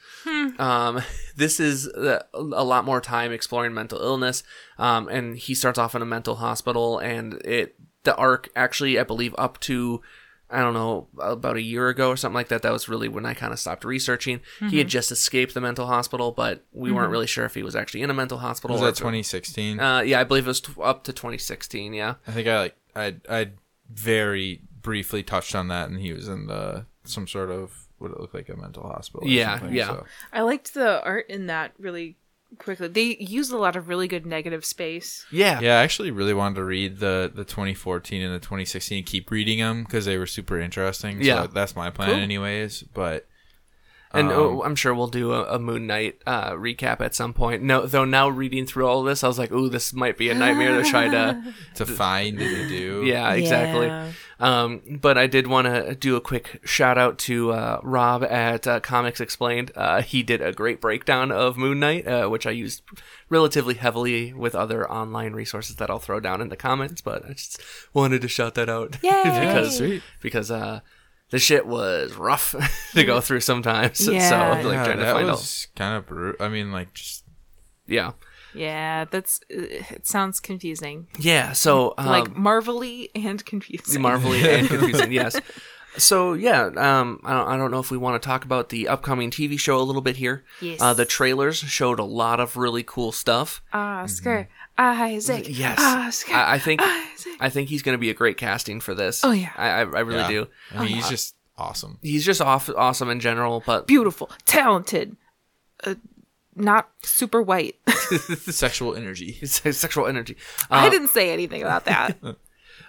S1: Um, this is uh, a lot more time exploring mental illness. Um, and he starts off in a mental hospital, and it the arc actually, I believe, up to I don't know about a year ago or something like that. That was really when I kind of stopped researching. He had just escaped the mental hospital, but we weren't really sure if he was actually in a mental hospital.
S2: was
S1: or
S2: that
S1: if it-
S2: 2016?
S1: Uh, yeah, I believe it was t- up to 2016. Yeah.
S2: I think I like I I very briefly touched on that, and he was in the some sort of what it looked like a mental hospital. or
S1: Yeah,
S2: something,
S1: yeah.
S2: so.
S3: I liked the art in that really quickly. They used a lot of really good negative space.
S1: Yeah.
S2: Yeah, I actually really wanted to read the the 2014 and the 2016. Keep reading them because they were super interesting.
S1: Yeah.
S2: so that's my plan,
S1: Cool.
S2: anyways. But
S1: And oh, I'm sure we'll do a, a Moon Knight uh, recap at some point. No, though now reading through all this, I was like, "Ooh, this might be a nightmare to try to."
S2: to find and to do,
S1: Yeah, exactly.
S3: Yeah.
S1: Um, but I did want to do a quick shout out to uh, Rob at uh, Comics Explained. Uh, he did a great breakdown of Moon Knight, uh, which I used relatively heavily with other online resources that I'll throw down in the comments. But I just wanted to shout that out
S3: Yay!
S1: because
S2: Sweet.
S1: because uh, the shit was rough to go through sometimes. So
S3: Yeah.
S1: like
S2: Yeah,
S1: trying to
S2: that
S1: find out.
S2: was kind of brutal. I mean, like just
S1: Yeah.
S3: Yeah, that's uh, it sounds confusing.
S1: Yeah. So, um,
S3: like marvelly and confusing.
S1: marveling and confusing. yes. So yeah, um, I don't, I don't know if we want to talk about the upcoming TV show a little bit here.
S3: Yes.
S1: Uh, the trailers showed a lot of really cool stuff.
S3: Ah, Oscar Ah, Isaac.
S1: Mm-hmm. Yes.
S3: Ah, Oscar. Ah,
S1: I, I think
S3: Isaac.
S1: I think he's going to be a great casting for this.
S3: Oh, yeah.
S1: I I, I really
S2: yeah.
S1: do. Uh,
S2: I mean, he's just awesome.
S1: He's just off, awesome in general, but
S3: Beautiful, talented, uh, not super white.
S1: Uh,
S2: Sexual energy.
S1: his sexual energy.
S3: I
S1: Uh,
S3: didn't say anything about that.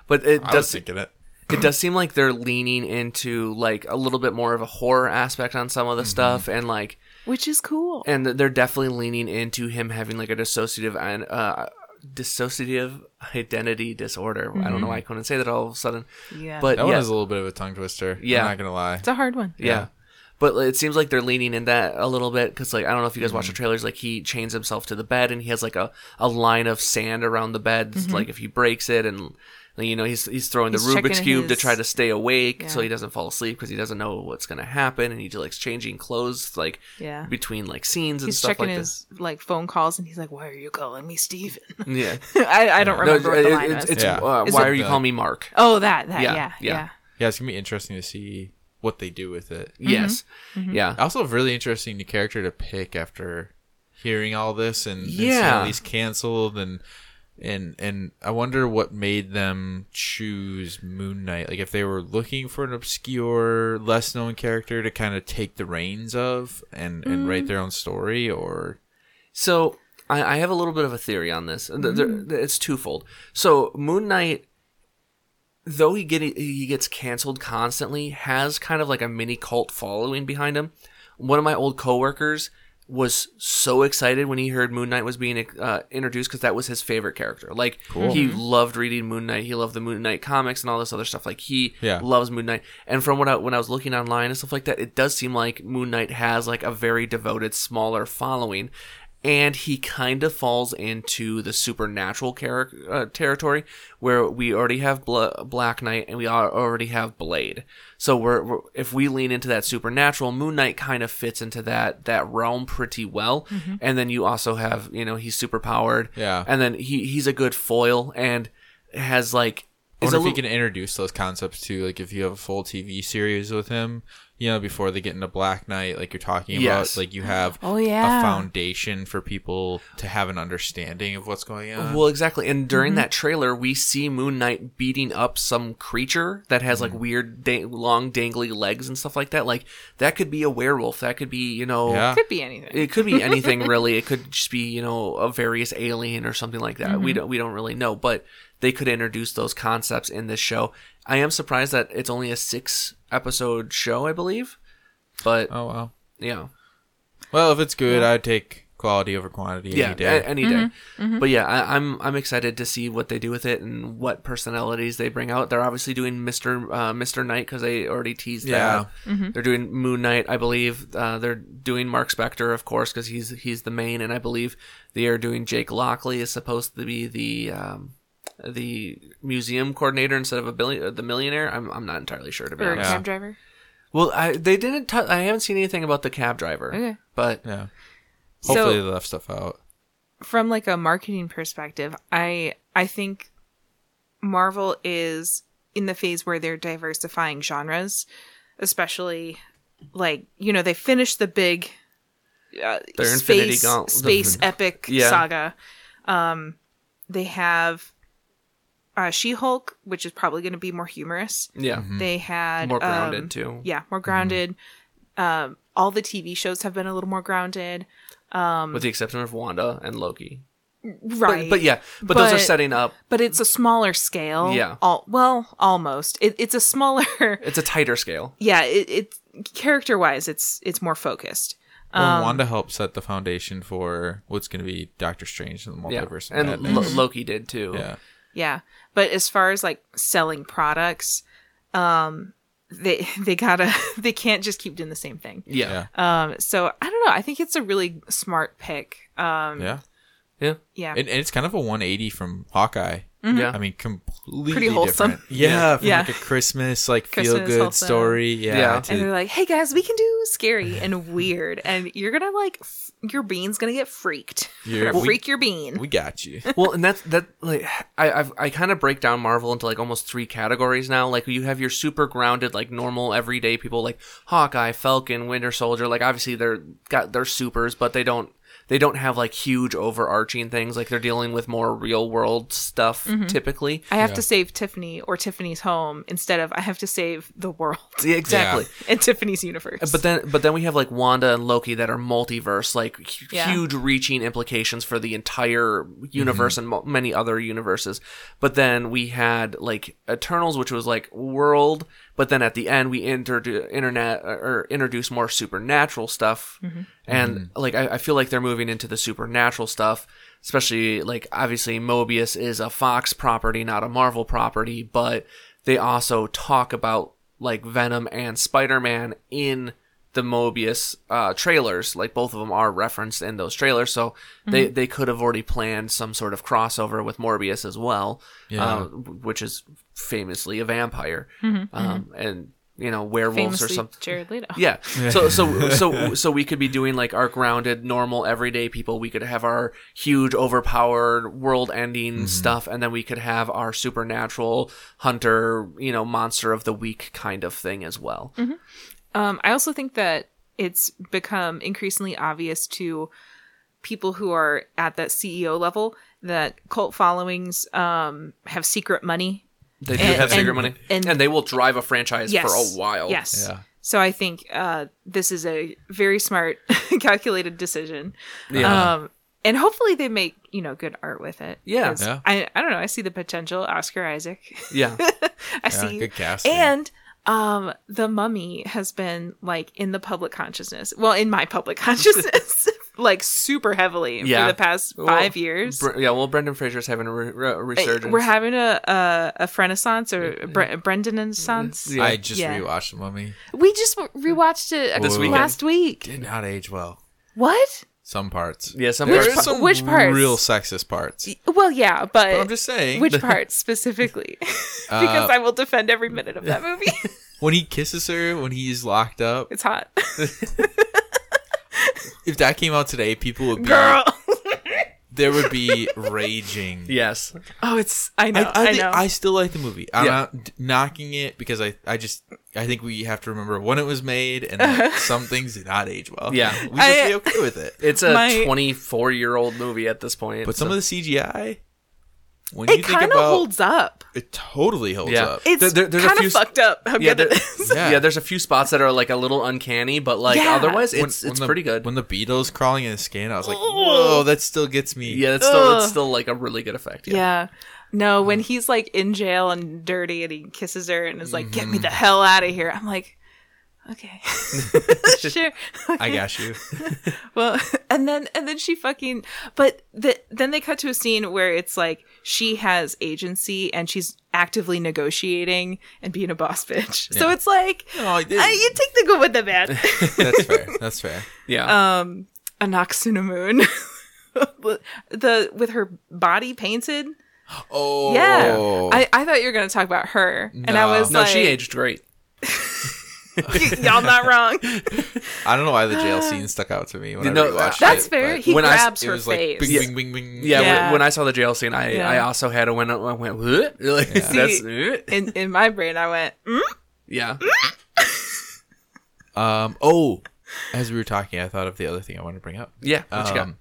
S1: but it
S2: I was
S1: does
S2: thinking it.
S1: it does seem like they're leaning into like a little bit more of a horror aspect on some of the stuff, and like
S3: which is cool.
S1: and th- they're definitely leaning into him having like a dissociative and uh dissociative identity disorder i don't know why i couldn't say that all of a sudden
S3: Yeah,
S1: but
S2: That
S1: yeah,
S2: one is a little bit of a tongue twister.
S1: Yeah.
S2: I'm not gonna lie.
S3: it's a hard one.
S1: yeah. But it seems like they're leaning in that a little bit because, like, I don't know if you guys watch the
S3: Mm-hmm.
S1: trailers. Like, he chains himself to the bed and he has like a, a line of sand around the bed. that's, Like, if he breaks it and you know he's he's throwing
S3: Mm-hmm. He's
S1: the Rubik's
S3: checking
S1: cube to
S3: his-
S1: try to stay awake so
S3: Yeah.
S1: he doesn't fall asleep because he doesn't know what's gonna happen and he just likes changing clothes like
S3: Yeah.
S1: between like scenes and
S3: He's
S1: stuff
S3: checking
S1: like
S3: his like phone calls, and he's like, "Why are you calling me Steven?
S1: this. Yeah.
S3: I, I don't
S1: No,
S3: remember what the
S1: it-
S3: line
S1: it's,
S3: was.
S1: it's,
S2: Yeah.
S1: uh,
S3: Is
S1: why
S2: it
S1: are you
S2: the-
S1: calling me Mark?
S3: oh, that that
S1: Yeah,
S3: yeah yeah,
S1: yeah.
S2: Yeah, it's gonna be interesting to see what they do with it.
S3: Mm-hmm.
S1: Yes. Yeah.
S2: Also, really interesting the character to pick after hearing all this and, and seeing
S1: Yeah.
S2: all these canceled and and and I wonder what made them choose Moon Knight. Like if they were looking for an obscure, less known character to kind of take the reins of and and
S1: Mm.
S2: write their own story, or
S1: So I, I have a little bit of a theory on this. Th- there- It's twofold. So Moon Knight, though he get he gets canceled constantly, has kind of like a mini cult following behind him. One of my old coworkers was so excited when he heard Moon Knight was being uh, introduced because that was his favorite character. Like he loved reading Moon Knight. He loved the Moon Knight comics and all this other stuff. Like he
S2: Yeah.
S1: loves Moon Knight. And from what I, when I was looking online and stuff like that, it does seem like Moon Knight has like a very devoted, smaller following, and he kind of falls into the supernatural char- uh, territory where we already have Bla- Black Knight and we al- already have Blade. So we're, we're if we lean into that supernatural, Moon Knight kind of fits into that that realm pretty well. And then you also have you know he's super powered.
S2: Mm-hmm. Yeah.
S1: And then he he's a good foil and has like.
S2: I
S1: is
S2: wonder
S1: a
S2: if
S1: little-
S2: you can introduce those concepts to like if you have a full TV series with him, you know, before they get into Black Knight, like you're talking
S1: Yes.
S2: about, like you have
S3: Oh, yeah.
S2: a foundation for people to have an understanding of what's going on.
S1: Well, exactly. And during that trailer, we see Moon Knight beating up some creature that has like weird, da- long, dangly legs and stuff like that. Like that could be a werewolf. That could be, you know,
S2: Yeah.
S3: could be anything.
S1: it could be anything really. It could just be, you know, a various alien or something like that. We don't we don't really know, but they could introduce those concepts in this show. I am surprised that it's only a six episode show, I believe. But
S2: oh wow.
S1: yeah.
S2: Well, if it's good, I'd take quality over quantity
S1: yeah,
S2: any day.
S1: a- any day.
S3: Mm-hmm,
S1: But yeah, I, I'm I'm excited to see what they do with it and what personalities they bring out. They're obviously doing Mister uh, Mister Knight because they already teased
S2: Yeah.
S1: that.
S3: Mm-hmm.
S1: They're doing Moon Knight, I believe. Uh, they're doing Mark Spector, of course, because he's he's the main, and I believe they are doing Jake Lockley is supposed to be the. Um, the museum coordinator instead of a billion, the millionaire. I'm, I'm not entirely sure to be
S3: Or
S1: honest.
S2: Yeah.
S3: cab driver.
S1: Well, I they didn't. T- I haven't seen anything about the cab driver.
S3: Okay.
S1: But
S2: yeah. Hopefully
S3: So-
S2: they left stuff out.
S3: From like a marketing perspective, I I think Marvel is in the phase where they're diversifying genres, especially like you know they finished the big uh,
S1: Their
S3: space
S1: Infinity Gaunt- the-
S3: space epic
S1: Yeah.
S3: saga. Um, they have uh, She Hulk, which is probably going to be more humorous.
S1: yeah,
S2: Mm-hmm.
S3: They had
S1: Mm-hmm. more grounded
S3: um,
S1: too.
S3: Yeah, more grounded. Um, all the TV shows have been a little more grounded.
S1: with the exception of Wanda and Loki.
S3: Right.
S1: But, but yeah, but, those are
S3: But-
S1: setting up.
S3: But it's a smaller scale.
S1: Yeah.
S3: All, well, almost. It, it's a smaller.
S1: It's a tighter scale.
S3: Yeah. It, it character wise, it's it's more focused. Um,
S2: well, Wanda helped set the foundation for what's going to be Doctor Strange and the
S1: Yeah,
S2: multiverse. of
S1: and Lo-
S2: Madness.
S1: Loki did too.
S2: yeah,
S3: Yeah. But as far as like selling products, um, they they gotta they can't just keep doing the same thing.
S1: yeah,
S3: Um, so I don't know. I think it's a really smart pick. Um,
S2: yeah.
S1: yeah,
S3: yeah.
S2: And, and it's kind of a 180 from Hawkeye.
S3: Mm-hmm.
S1: yeah.
S2: I mean, completely
S3: Pretty wholesome.
S2: Different. Yeah, from
S3: Yeah.
S2: like a Christmas, like
S3: Christmas
S2: feel good
S3: wholesome.
S2: story. Yeah,
S1: Yeah.
S2: to-
S3: and they're like, "Hey guys, we can do scary and weird, and you're gonna like f- your bean's gonna get freaked. You're
S2: Yeah,
S3: gonna
S2: we-
S3: freak your bean."
S2: we got you.
S1: well, and that's that. Like, I I've, I kind of break down Marvel into like almost three categories now. Like, you have your super grounded, like normal everyday people, like Hawkeye, Falcon, Winter Soldier. Like, obviously they're got their supers, but they don't they don't have like huge overarching things. Like, they're dealing with more real world stuff
S3: Mm-hmm.
S1: typically.
S3: I have to save Tiffany or Tiffany's home instead of I have to save the world
S1: Yeah, exactly.
S3: and Tiffany's universe.
S1: But then, but then we have like Wanda and Loki that are multiverse, like hu-
S3: Yeah.
S1: huge reaching implications for the entire universe and mo- many other universes. But then we had like Eternals, which was like world. But then at the end, we inter- internet or introduce more supernatural stuff, and like I, I feel like they're moving into the supernatural stuff. Especially like obviously Mobius is a Fox property, not a Marvel property, but they also talk about like Venom and Spider Man in the Mobius uh, trailers. Like both of them are referenced in those trailers, so they they could have already planned some sort of crossover with Morbius as well,
S2: Yeah.
S1: uh, which is famously a vampire, um, and you know werewolves or
S3: Famously
S1: something.
S3: Jared Leto.
S1: Yeah. So so so so we could be doing like our grounded, normal, everyday people. We could have our huge, overpowered, world-ending stuff, and then we could have our supernatural hunter, you know, monster of the week kind of thing as well.
S3: Um, I also think that it's become increasingly obvious to people who are at that CEO level that cult followings um, have secret money.
S1: They do
S3: And-
S1: have secret
S3: and-
S1: money, and,
S3: and-
S1: they will drive a franchise
S3: Yes.
S1: for a while.
S3: Yes.
S2: Yeah.
S3: So I think uh, this is a very smart, calculated decision.
S1: Yeah.
S3: Um, and hopefully they make you know good art with it.
S1: Yeah.
S3: 'Cause
S2: Yeah.
S3: I, I don't know. I see the potential. Oscar Isaac.
S1: yeah.
S3: I
S2: Yeah,
S3: see
S2: good casting.
S3: And um the mummy has been like in the public consciousness. Well, in my public consciousness like super heavily
S1: Yeah.
S3: for the past 5
S1: Well,
S3: years. Eh,
S1: Br- yeah. Well, Brendan Fraser's having a re- re- resurgence.
S3: We're having a a, a renaissance or a Bre- a Brendan renaissance.
S1: Yeah.
S2: I just
S3: Yeah.
S2: rewatched the mummy.
S3: We just w- rewatched it
S1: This weekend.
S3: last week.
S2: Did not age well.
S3: What?
S2: Some parts.
S1: yeah. Some
S3: Which
S1: parts-
S3: part- which parts?
S2: real sexist parts.
S3: Well, yeah, but,
S2: But I'm just saying.
S3: which part specifically?
S1: Uh,
S3: because I will defend every minute of that movie.
S2: when he kisses her, when he's locked up,
S3: it's hot.
S2: if that came out today, people would be
S3: Girl.
S2: there would be raging.
S1: yes.
S3: Oh, it's I know.
S2: I,
S3: I,
S2: I, think,
S3: know.
S2: I still like the movie. I'm
S1: Yeah.
S2: not d- knocking it because I, I just I think we have to remember when it was made and that some things did not age well.
S1: Yeah.
S2: we should
S3: I-
S2: be okay with it.
S1: It's a
S3: My-
S1: 24-year-old movie at this point.
S2: But some of the CGI, when you
S3: it
S2: think
S3: kind of
S2: about
S3: holds up.
S2: it, totally holds
S1: Yeah.
S2: up.
S3: It's
S1: There- there- there's a
S3: kind
S1: few
S3: of
S1: s-
S3: fucked up how
S1: yeah,
S3: good it
S1: there-
S3: is.
S1: yeah. there's a few spots that are like a little uncanny, but like
S3: Yeah.
S1: otherwise,
S2: When-
S1: it's
S2: when
S1: it's
S2: the-
S1: pretty good.
S2: When the beetles crawling in the skin, I was like,
S3: Ugh.
S2: "Whoa, that still gets me."
S1: yeah, it's still it's
S3: Ugh.
S1: still like a really good effect.
S3: Yeah.
S1: Yeah,
S3: No, when he's like in jail and dirty and he kisses her and is like, get
S1: Mm-hmm.
S3: me the hell out of here. I'm like, okay. sure.
S2: I got you.
S3: Well, and then, and then she fucking, but the, then they cut to a scene where it's like she has agency and she's actively negotiating and being a boss bitch. So
S2: Yeah.
S3: it's like,
S2: No, I didn't.
S3: uh, you take the good with the bad.
S2: That's fair. That's fair.
S1: yeah,
S3: um Anaxuna Moon. the with her body painted.
S2: Oh,
S3: Yeah. I, I thought you were gonna talk about her. And I
S2: No.
S3: was
S1: no,
S3: like
S1: she aged great.
S3: y'all not wrong.
S2: I don't know why the jail scene stuck out to me when
S1: No,
S2: I rewatched
S3: That's
S2: it,
S3: fair.
S2: but
S3: He
S1: when I s-
S3: grabs
S2: it
S3: her
S2: was like
S3: face.
S2: bing, bing, bing, bing.
S1: Yeah, when-
S3: Yeah.
S1: When, I saw the jail scene, I
S3: Yeah.
S1: I also had a when I went "What?" like that's "What?"
S3: In in my brain I went, mm?
S1: yeah,
S2: Um. Oh, as we were talking, I thought of the other thing I wanted to bring up,
S1: yeah. What you got?
S2: Um,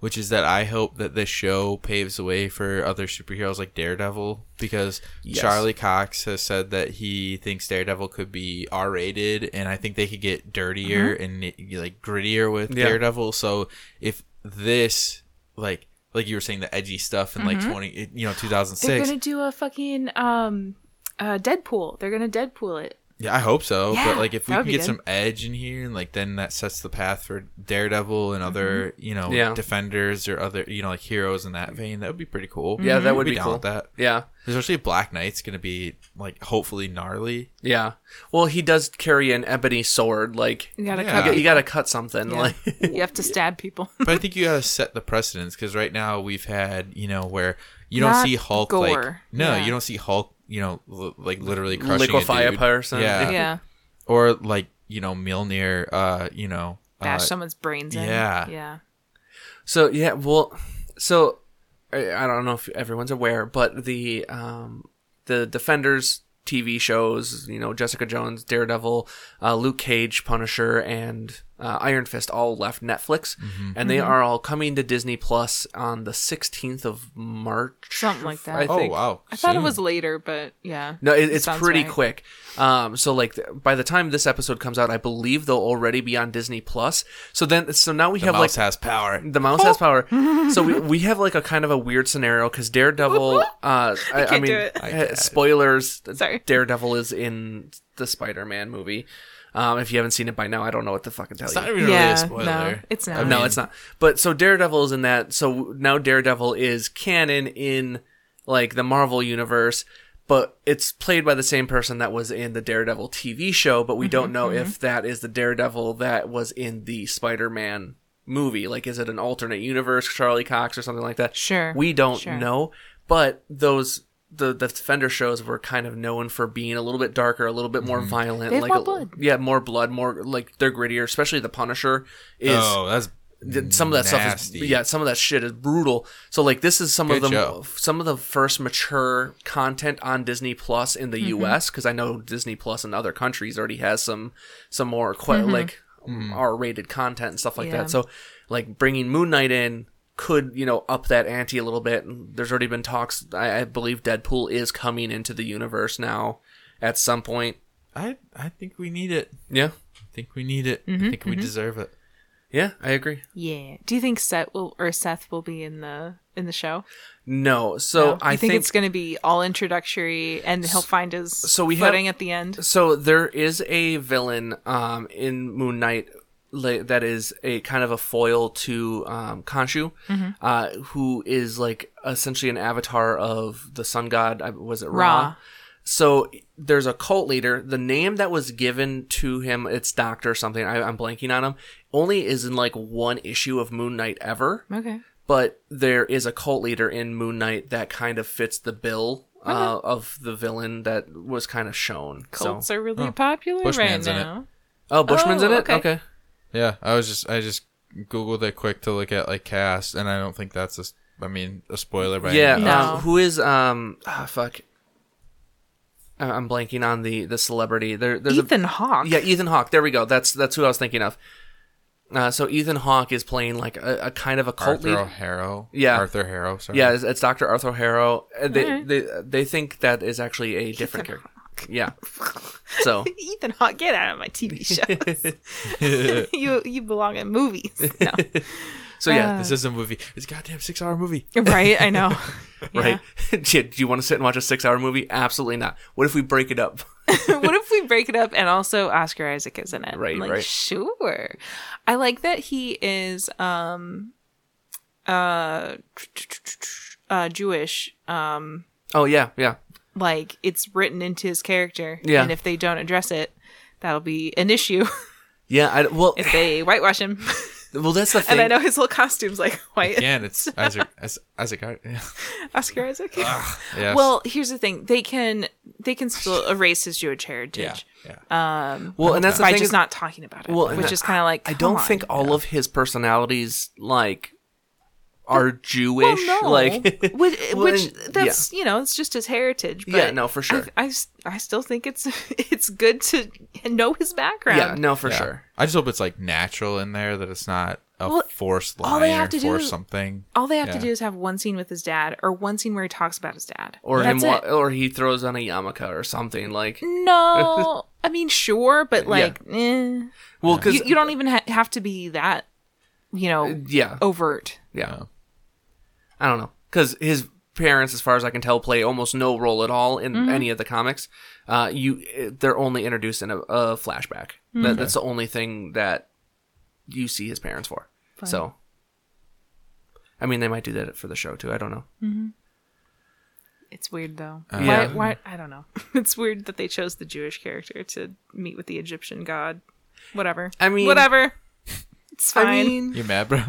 S2: which is that I hope that this show paves the way for other superheroes like Daredevil, because
S1: Yes.
S2: Charlie Cox has said that he thinks Daredevil could be R-rated, and I think they could get dirtier and like grittier with
S1: Mm-hmm. Yeah.
S2: Daredevil. So if this, like, like you were saying, the edgy stuff in
S1: Mm-hmm.
S2: like twenty, you know, two thousand
S3: They're
S2: six.
S3: gonna do a fucking um uh Deadpool. They're gonna Deadpool it.
S2: Yeah, I hope so.
S3: Yeah,
S2: but like, if we
S3: that would
S2: can
S3: be
S2: get
S3: good.
S2: some edge in here, and like, then that sets the path for Daredevil and other,
S3: Mm-hmm.
S2: you know,
S1: Yeah.
S2: defenders or other, you know, like heroes in that vein. That would be pretty cool.
S1: Yeah, that
S3: Mm-hmm.
S2: I'd
S1: would be
S2: down
S1: cool.
S2: with that,
S1: Yeah,
S2: especially if Black Knight's gonna be like hopefully gnarly.
S1: yeah. Well, he does carry an ebony sword. Like
S3: You gotta
S2: Yeah.
S3: cut
S1: you,
S3: people.
S1: you got to cut something. Like
S3: you have to stab people.
S2: But I think you gotta set the precedence because right now we've had, you know, where you don't
S3: Not
S2: see Hulk like
S3: gore.
S2: no,
S3: Yeah.
S2: you don't see Hulk, you know, l- like literally crushing
S1: liquefy
S2: a,
S1: a
S2: dude.
S1: person.
S2: Yeah.
S3: yeah.
S2: or like you know Mjolnir, uh, you know, uh,
S3: Bash someone's brains in.
S2: yeah.
S3: Yeah.
S1: So yeah, well, so I, I don't know if everyone's aware, but the um the Defenders TV shows, you know, Jessica Jones, Daredevil, uh, Luke Cage, Punisher, and uh, Iron Fist all left Netflix, and
S3: Mm-hmm.
S1: they are all coming to Disney Plus on the sixteenth of March,
S3: Something like that.
S1: I
S2: oh
S1: think.
S2: wow,
S3: I thought it
S2: soon.
S3: was later, but yeah.
S1: No, it, it's
S3: Sounds
S1: pretty
S3: right.
S1: quick. Um, so like th- by the time this episode comes out, I believe they'll already be on Disney Plus. So then, so now we
S2: the
S1: have like
S2: mouse has power.
S1: the mouse has power. so we, we have like a kind of a weird scenario because Daredevil. Uh, I, I,
S3: can't
S1: mean,
S3: do it.
S2: I
S1: eh,
S2: can't.
S1: spoilers. uh,
S3: Sorry.
S1: Daredevil is in the Spider-Man movie. Um, if you haven't seen it by now, I don't know what to fucking tell
S2: It's
S1: you.
S2: not even really a spoiler.
S3: No, it's not.
S1: no, it's not. But so Daredevil is in that. So now Daredevil is canon in like the Marvel universe. but it's played by the same person that was in the Daredevil TV show,
S3: Mm-hmm,
S1: but we don't know if that is the Daredevil that was in the Spider Man movie. Like, is it an alternate universe, Charlie Cox, or something like that?
S3: Sure,
S1: We don't
S3: sure.
S1: know, but those. The, the Defender shows were kind of known for being a little bit darker, a little bit more violent.
S3: Mm-hmm. They have
S1: like
S3: more
S1: a-
S3: blood.
S1: Yeah, more blood, more like they're grittier. Especially the Punisher is
S2: oh, that's
S1: th- some of that
S2: nasty.
S1: stuff is yeah some of that shit is brutal so like this is some
S2: Good
S1: of the
S2: show.
S1: some of the first mature content on disney plus in the
S3: Mm-hmm.
S1: us because i know disney plus in other countries already has some some more que- like
S2: Mm.
S1: r-rated content and stuff like
S3: Mm-hmm. Yeah.
S1: that so like bringing moon knight in could you know up that ante a little bit And there's already been talks I, I believe deadpool is coming into the universe now at some point
S2: I I think we need it.
S1: yeah
S2: I think we need it.
S3: Mm-hmm,
S2: I think we deserve it.
S1: yeah i agree
S3: Yeah. Do you think Seth will or Seth will be in the in the show?
S1: no so
S3: No? You
S1: i
S3: think, it's going to be all introductory, and he'll find his so
S1: we
S3: we
S1: have-
S3: footing at the end.
S1: So there is a villain um, in Moon Knight la- that is a kind of a foil to um, Khonshu,
S3: Mm-hmm.
S1: uh, who is like essentially an avatar of the sun god. I- Was it Ra?
S3: Ra.
S1: So there's a cult leader. The name that was given to him, it's Doctor something. I, I'm blanking on him. Only is in like one issue of Moon Knight ever
S3: Okay.
S1: but there is a cult leader in Moon Knight that kind of fits the bill
S3: Mm-hmm.
S1: uh, of the villain that was kind of shown.
S3: Cults
S1: so.
S3: are really popular
S2: Bushman's
S3: right
S2: in it.
S3: now.
S1: oh, Bushman's in
S3: Oh,
S1: it.
S3: okay.
S1: Okay.
S2: Yeah, I was just I just googled it quick to look at like cast, and I don't think that's a s- I mean a spoiler by
S1: Yeah.
S2: any means.
S3: No.
S1: Um, who is um? ah, fuck. I- I'm blanking on the the celebrity. There, there's a,
S3: Ethan Hawke.
S1: yeah, Ethan Hawke. There we go. That's that's who I was thinking of. Uh, so Ethan Hawke is playing like a, a kind of a cult
S2: Arthur
S1: leader.
S2: Harrow.
S1: Yeah.
S2: Arthur Harrow. Sorry.
S1: Yeah, it's, it's Doctor Arthur Harrow. Uh, They they they think that is actually a different character. Yeah. So
S3: Ethan Hawke, get out of my TV shows. you you belong in movies. No.
S1: so yeah,
S2: This is a movie. It's a goddamn six hour movie.
S3: right, I know. Uh,
S1: right? Do do you want to sit and watch a six hour movie? Absolutely not. What if we break it up?
S3: Yeah. what if we break it up and also Oscar Isaac is in it?
S1: Right,
S3: like,
S1: right.
S3: Sure. I like that he is um uh uh Jewish. Um
S1: Oh yeah, yeah.
S3: like it's written into his character.
S1: Yeah.
S3: And if they don't address it, that'll be an issue
S1: Yeah, I, well,
S3: if they whitewash him.
S1: well, that's the thing.
S3: and I know his whole costume's like white.
S2: Yeah, and it's Isaac. As- Isaac. Ar- Yeah.
S3: Oscar Isaac.
S2: Yes.
S3: Well, here's the thing: they can they can still erase his Jewish
S2: Yeah.
S3: heritage
S2: Yeah.
S1: well, and that's the
S3: by
S1: thing.
S3: just
S1: is-
S3: not talking about it,
S1: well, and
S3: which is kind of like
S1: I don't
S3: come on.
S1: think all of his personalities like are Jewish.
S3: Well, Oh, no.
S1: Like,
S3: which,
S1: Well,
S3: which
S1: and-
S3: that's you know it's just his heritage. But
S1: Yeah, no, for sure.
S3: I, I s- I still think it's it's good to know his background.
S1: yeah, no, for
S2: Yeah.
S1: sure.
S2: I just hope it's like natural in there that it's not a
S3: Well,
S2: forced line
S3: all they
S2: or
S3: have to do-
S2: forced something.
S3: All they have to
S2: Yeah.
S3: do is have one scene with his dad, or one scene where he talks about his dad,
S1: Or
S3: That's
S1: him, wa-
S3: it.
S1: or he throws on a yarmulke or something. Like,
S3: No, I mean sure, but like, eh.
S1: well, because
S3: you, you don't even ha- have to be that, you know,
S1: yeah,
S3: overt.
S1: yeah. I don't know because his parents, as far as I can tell, play almost no role at all in
S3: Mm-hmm.
S1: any of the comics. Uh, you, it- they're only introduced in a, a flashback.
S3: Mm-hmm.
S1: That, that's the only thing that you see his parents for. So, I mean, they might do that for the show too. I don't know.
S3: It's weird though.
S1: Uh, Yeah.
S3: Why, why? I don't know. It's weird that they chose the Jewish character to meet with the Egyptian god. Whatever.
S1: I mean-
S3: whatever. It's fine.
S1: I mean,
S2: You mad, bro?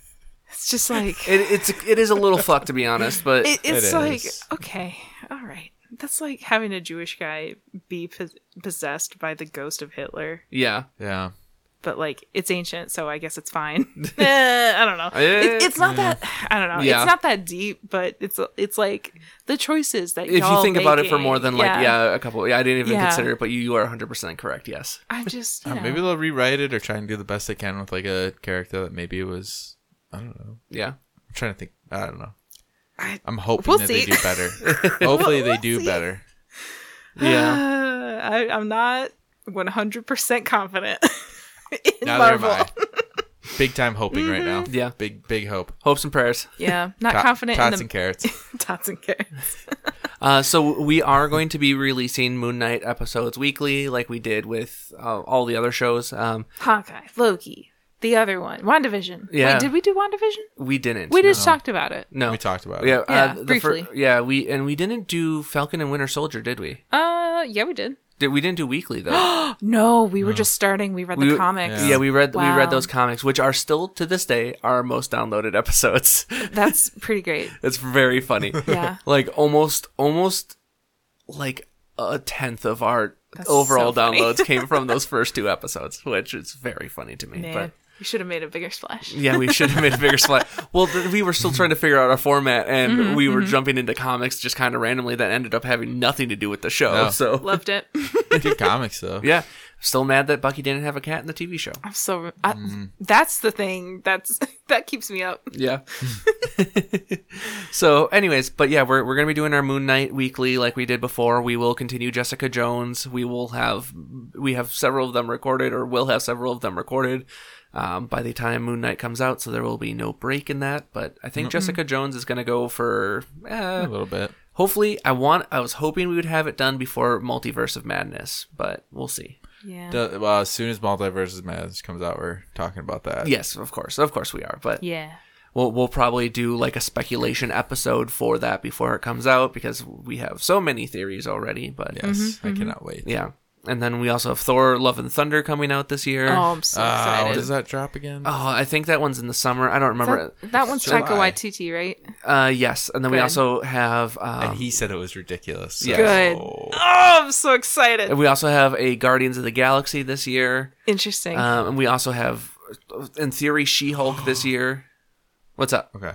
S3: it's just like it,
S1: it, it's it is a little fucked to be honest, but
S3: it's
S2: is.
S3: like okay, all right. That's like having a Jewish guy be pos- possessed by the ghost of Hitler,
S1: yeah,
S2: Yeah.
S3: but like it's ancient, so I guess it's fine. Eh, I don't know. It, it's not that I don't know.
S1: Yeah.
S3: It's not that deep, but it's it's like the choices that
S1: if you
S3: y'all
S1: think about it for
S3: making.
S1: more than like yeah, a couple, yeah, I didn't even
S3: Yeah.
S1: consider it, but you, you are 100 percent correct. Yes,
S3: I'm just you
S2: Uh,
S3: know.
S2: Maybe they'll rewrite it or try and do the best they can with like a character that maybe was I don't know.
S1: yeah.
S2: I'm trying to think. I don't know.
S3: I-
S2: I'm hoping
S3: We'll
S2: that
S3: see.
S2: they do better. Hopefully they do
S3: see.
S2: better.
S1: Yeah.
S3: Uh, I, I'm not 100% confident in
S2: Neither
S3: Marvel.
S2: am I. Big time hoping right now.
S1: Mm-hmm. Yeah.
S2: Big big hope.
S1: Hopes and prayers.
S3: Yeah, not
S2: Tot-
S3: confident
S2: tots
S3: in
S2: and
S3: the
S2: carrots.
S3: tots and carrots.
S1: Uh, so we are going to be releasing Moon Knight episodes weekly, like we did with uh, all the other shows. Um,
S3: Hawkeye, Loki, the other one, WandaVision.
S1: Yeah.
S3: Wait, did we do WandaVision?
S1: We didn't.
S3: we just talked about it.
S1: No.
S2: We talked about it.
S1: Yeah,
S3: Yeah,
S1: uh, the
S3: briefly.
S1: fir- yeah, we and we didn't do Falcon and Winter Soldier, did we?
S3: Uh, yeah, we did.
S1: Did we didn't do weekly though?
S3: No, we were just starting. We read
S1: we,
S3: the comics.
S1: Yeah, we read we
S3: Wow.
S1: read those comics, which are still to this day our most downloaded episodes.
S3: That's pretty great.
S1: it's very funny.
S3: Yeah.
S1: like almost almost like a tenth of our
S3: That's
S1: overall
S3: so funny.
S1: downloads came from those first two episodes, which is very funny to me.
S3: Man,
S1: But
S3: you should have made a bigger splash.
S1: yeah, we should have made a bigger slide. Well, th- we were still trying to figure out our format, and
S3: Mm-hmm,
S1: we were jumping into comics just kind of randomly that ended up having nothing to do with the show.
S2: No.
S1: So
S3: Loved it.
S2: Good comics though.
S1: yeah, still mad that Bucky didn't have a cat in the TV show.
S3: I'm so. I, That's the thing. That's that keeps me up.
S1: Yeah. so, anyways, but yeah, we're, we're going to be doing our Moon Knight weekly like we did before. We will continue Jessica Jones. We will have, we have several of them recorded or will have several of them recorded um, by the time Moon Knight comes out. So there will be no break in that. But I think Jessica Jones is going to go for, eh,
S2: A little bit.
S1: hopefully, I want, I was hoping we would have it done before Multiverse of Madness, but we'll see.
S3: Yeah.
S2: Do- well, uh, as soon as Multiverses Madness comes out, we're talking about that.
S1: Yes, of course. Of course we are. But
S3: Yeah.
S1: we'll we'll probably do like a speculation episode for that before it comes out because we have so many theories already. But yeah,
S2: Yes,
S3: Mm-hmm,
S2: I cannot wait.
S1: and then we also have Thor: Love and Thunder coming out this year.
S3: Oh,
S1: Oh,
S3: I'm so
S2: Uh, when
S3: excited.
S2: does that drop again?
S1: I think that one's in the summer. I don't remember. it.
S3: that, that one's
S2: July.
S3: Taika Waititi, right?
S1: Uh, yes, and then we
S3: Good.
S1: also have um,
S2: and he said it was ridiculous. so-
S1: Yeah.
S3: Good. Oh, I'm so excited.
S1: and we also have a Guardians of the Galaxy this year,
S3: Interesting.
S1: um, and we also have, in theory, She Hulk this year. What's up?
S2: Okay.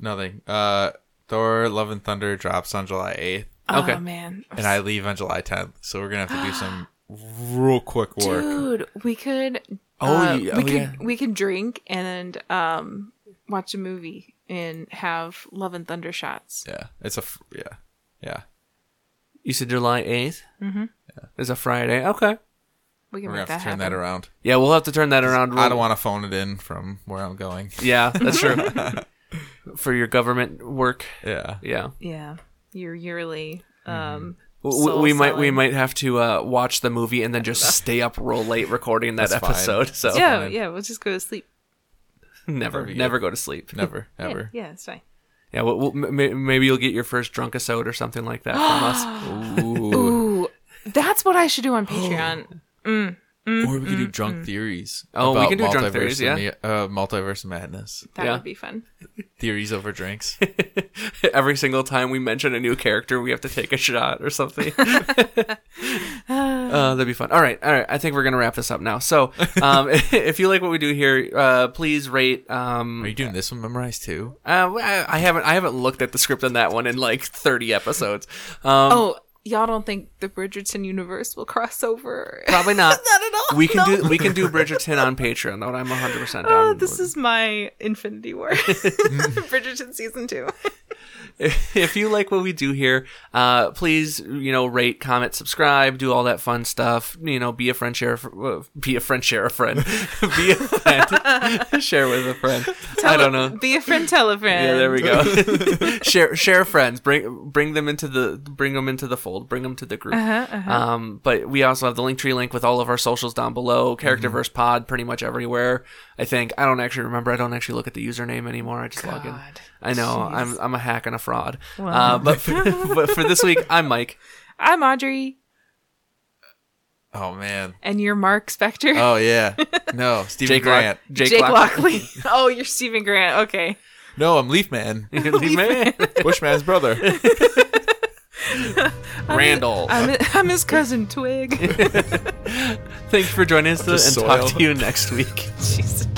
S2: Nothing. Uh, Thor: Love and Thunder drops on July eighth,
S1: okay.
S3: Oh man,
S2: and I leave on July tenth. So we're gonna have to do some real quick work.
S3: dude, we could.
S1: Oh,
S3: uh,
S1: yeah,
S3: we
S1: oh,
S3: could
S1: yeah.
S3: we could drink and um watch a movie and have Love and Thunder shots.
S2: Yeah, it's a f- yeah, yeah.
S1: You said July 8th Mm-hmm. Is a Friday. Okay.
S3: We can
S2: We're gonna have
S3: make
S2: to
S3: that
S2: turn that
S3: happen.
S2: around.
S1: Yeah, we'll have to turn that around.
S2: I don't want to phone it in from where I'm going.
S1: Yeah, that's true. For your government work,
S2: Yeah.
S1: yeah,
S3: Yeah, your yearly.
S1: Mm-hmm.
S3: Um,
S1: W- w- we
S3: Soul
S1: might we
S3: selling.
S1: might have to uh, watch the movie and then just stay up real late recording that
S2: That's fine.
S1: episode. So
S3: yeah,
S2: fine.
S3: yeah. We'll just go to sleep.
S1: never
S2: be
S1: never go to sleep.
S2: Never,
S3: Yeah,
S2: ever.
S3: yeah, it's fine.
S1: Yeah, we'll, we'll, m- m- maybe you'll get your first drunk episode or something like that from us.
S2: Ooh.
S3: Ooh, that's what I should do on
S1: Oh,
S3: Patreon.
S2: or we could do drunk theories.
S1: Oh, we
S2: about
S1: can do drunk
S2: multiverse
S1: theories,
S2: and ma- uh, multiverse madness
S3: That
S1: Yeah.
S3: would be fun.
S2: theories over drinks.
S1: Every single time we mention a new character, we have to take a shot or something. Uh, that'd be fun. All right, all right. I think we're gonna wrap this up now. So, um, if you like what we do here, uh, please rate. Um,
S2: Are you doing this one memorized too?
S1: Uh, well, I I haven't I haven't looked at the script on that one in like 30 episodes. Um,
S3: Oh, y'all don't think the Bridgerton universe will cross over?
S1: probably not.
S3: Not at all,
S1: We can
S3: Oh, no.
S1: do we can do Bridgerton on Patreon. That one I'm 100 percent on.
S3: Oh, this is my infinity war. Bridgerton season two.
S1: if you like what we do here, uh, please you know rate, comment, subscribe, do all that fun stuff. You know, be a friend, share, a fr- uh, be a friend, share a friend, be a friend, share with a friend. I don't know.
S3: Be a friend, tell a friend.
S1: Yeah, there we go. share share friends. Bring bring them into the bring them into the fold. Bring them to the group. Um, but we also have the Linktree link with all of our socials down below.
S2: Mm-hmm.
S1: Characterverse Pod, pretty much everywhere. I think I don't actually remember. I don't actually look at the username anymore. I just log in.
S3: God.
S1: I know I'm I'm a hack and a fraud.
S3: Wow.
S1: Uh, but for, but for this week, I'm Mike.
S3: I'm Audrey,
S2: Oh man.
S3: and you're Mark Spector.
S2: Oh yeah. No, Stephen
S1: Jake
S2: Grant.
S1: Lock-
S3: Jake, Lockley. oh, you're Stephen Grant. Okay.
S2: No, I'm Leaf Man.
S1: Leave me.
S2: Bushman's brother.
S1: Randall.
S3: I'm, I'm his cousin Twig.
S1: Thanks for joining us,
S2: the
S1: and talk
S2: soil.
S1: to you next week.
S3: Jesus.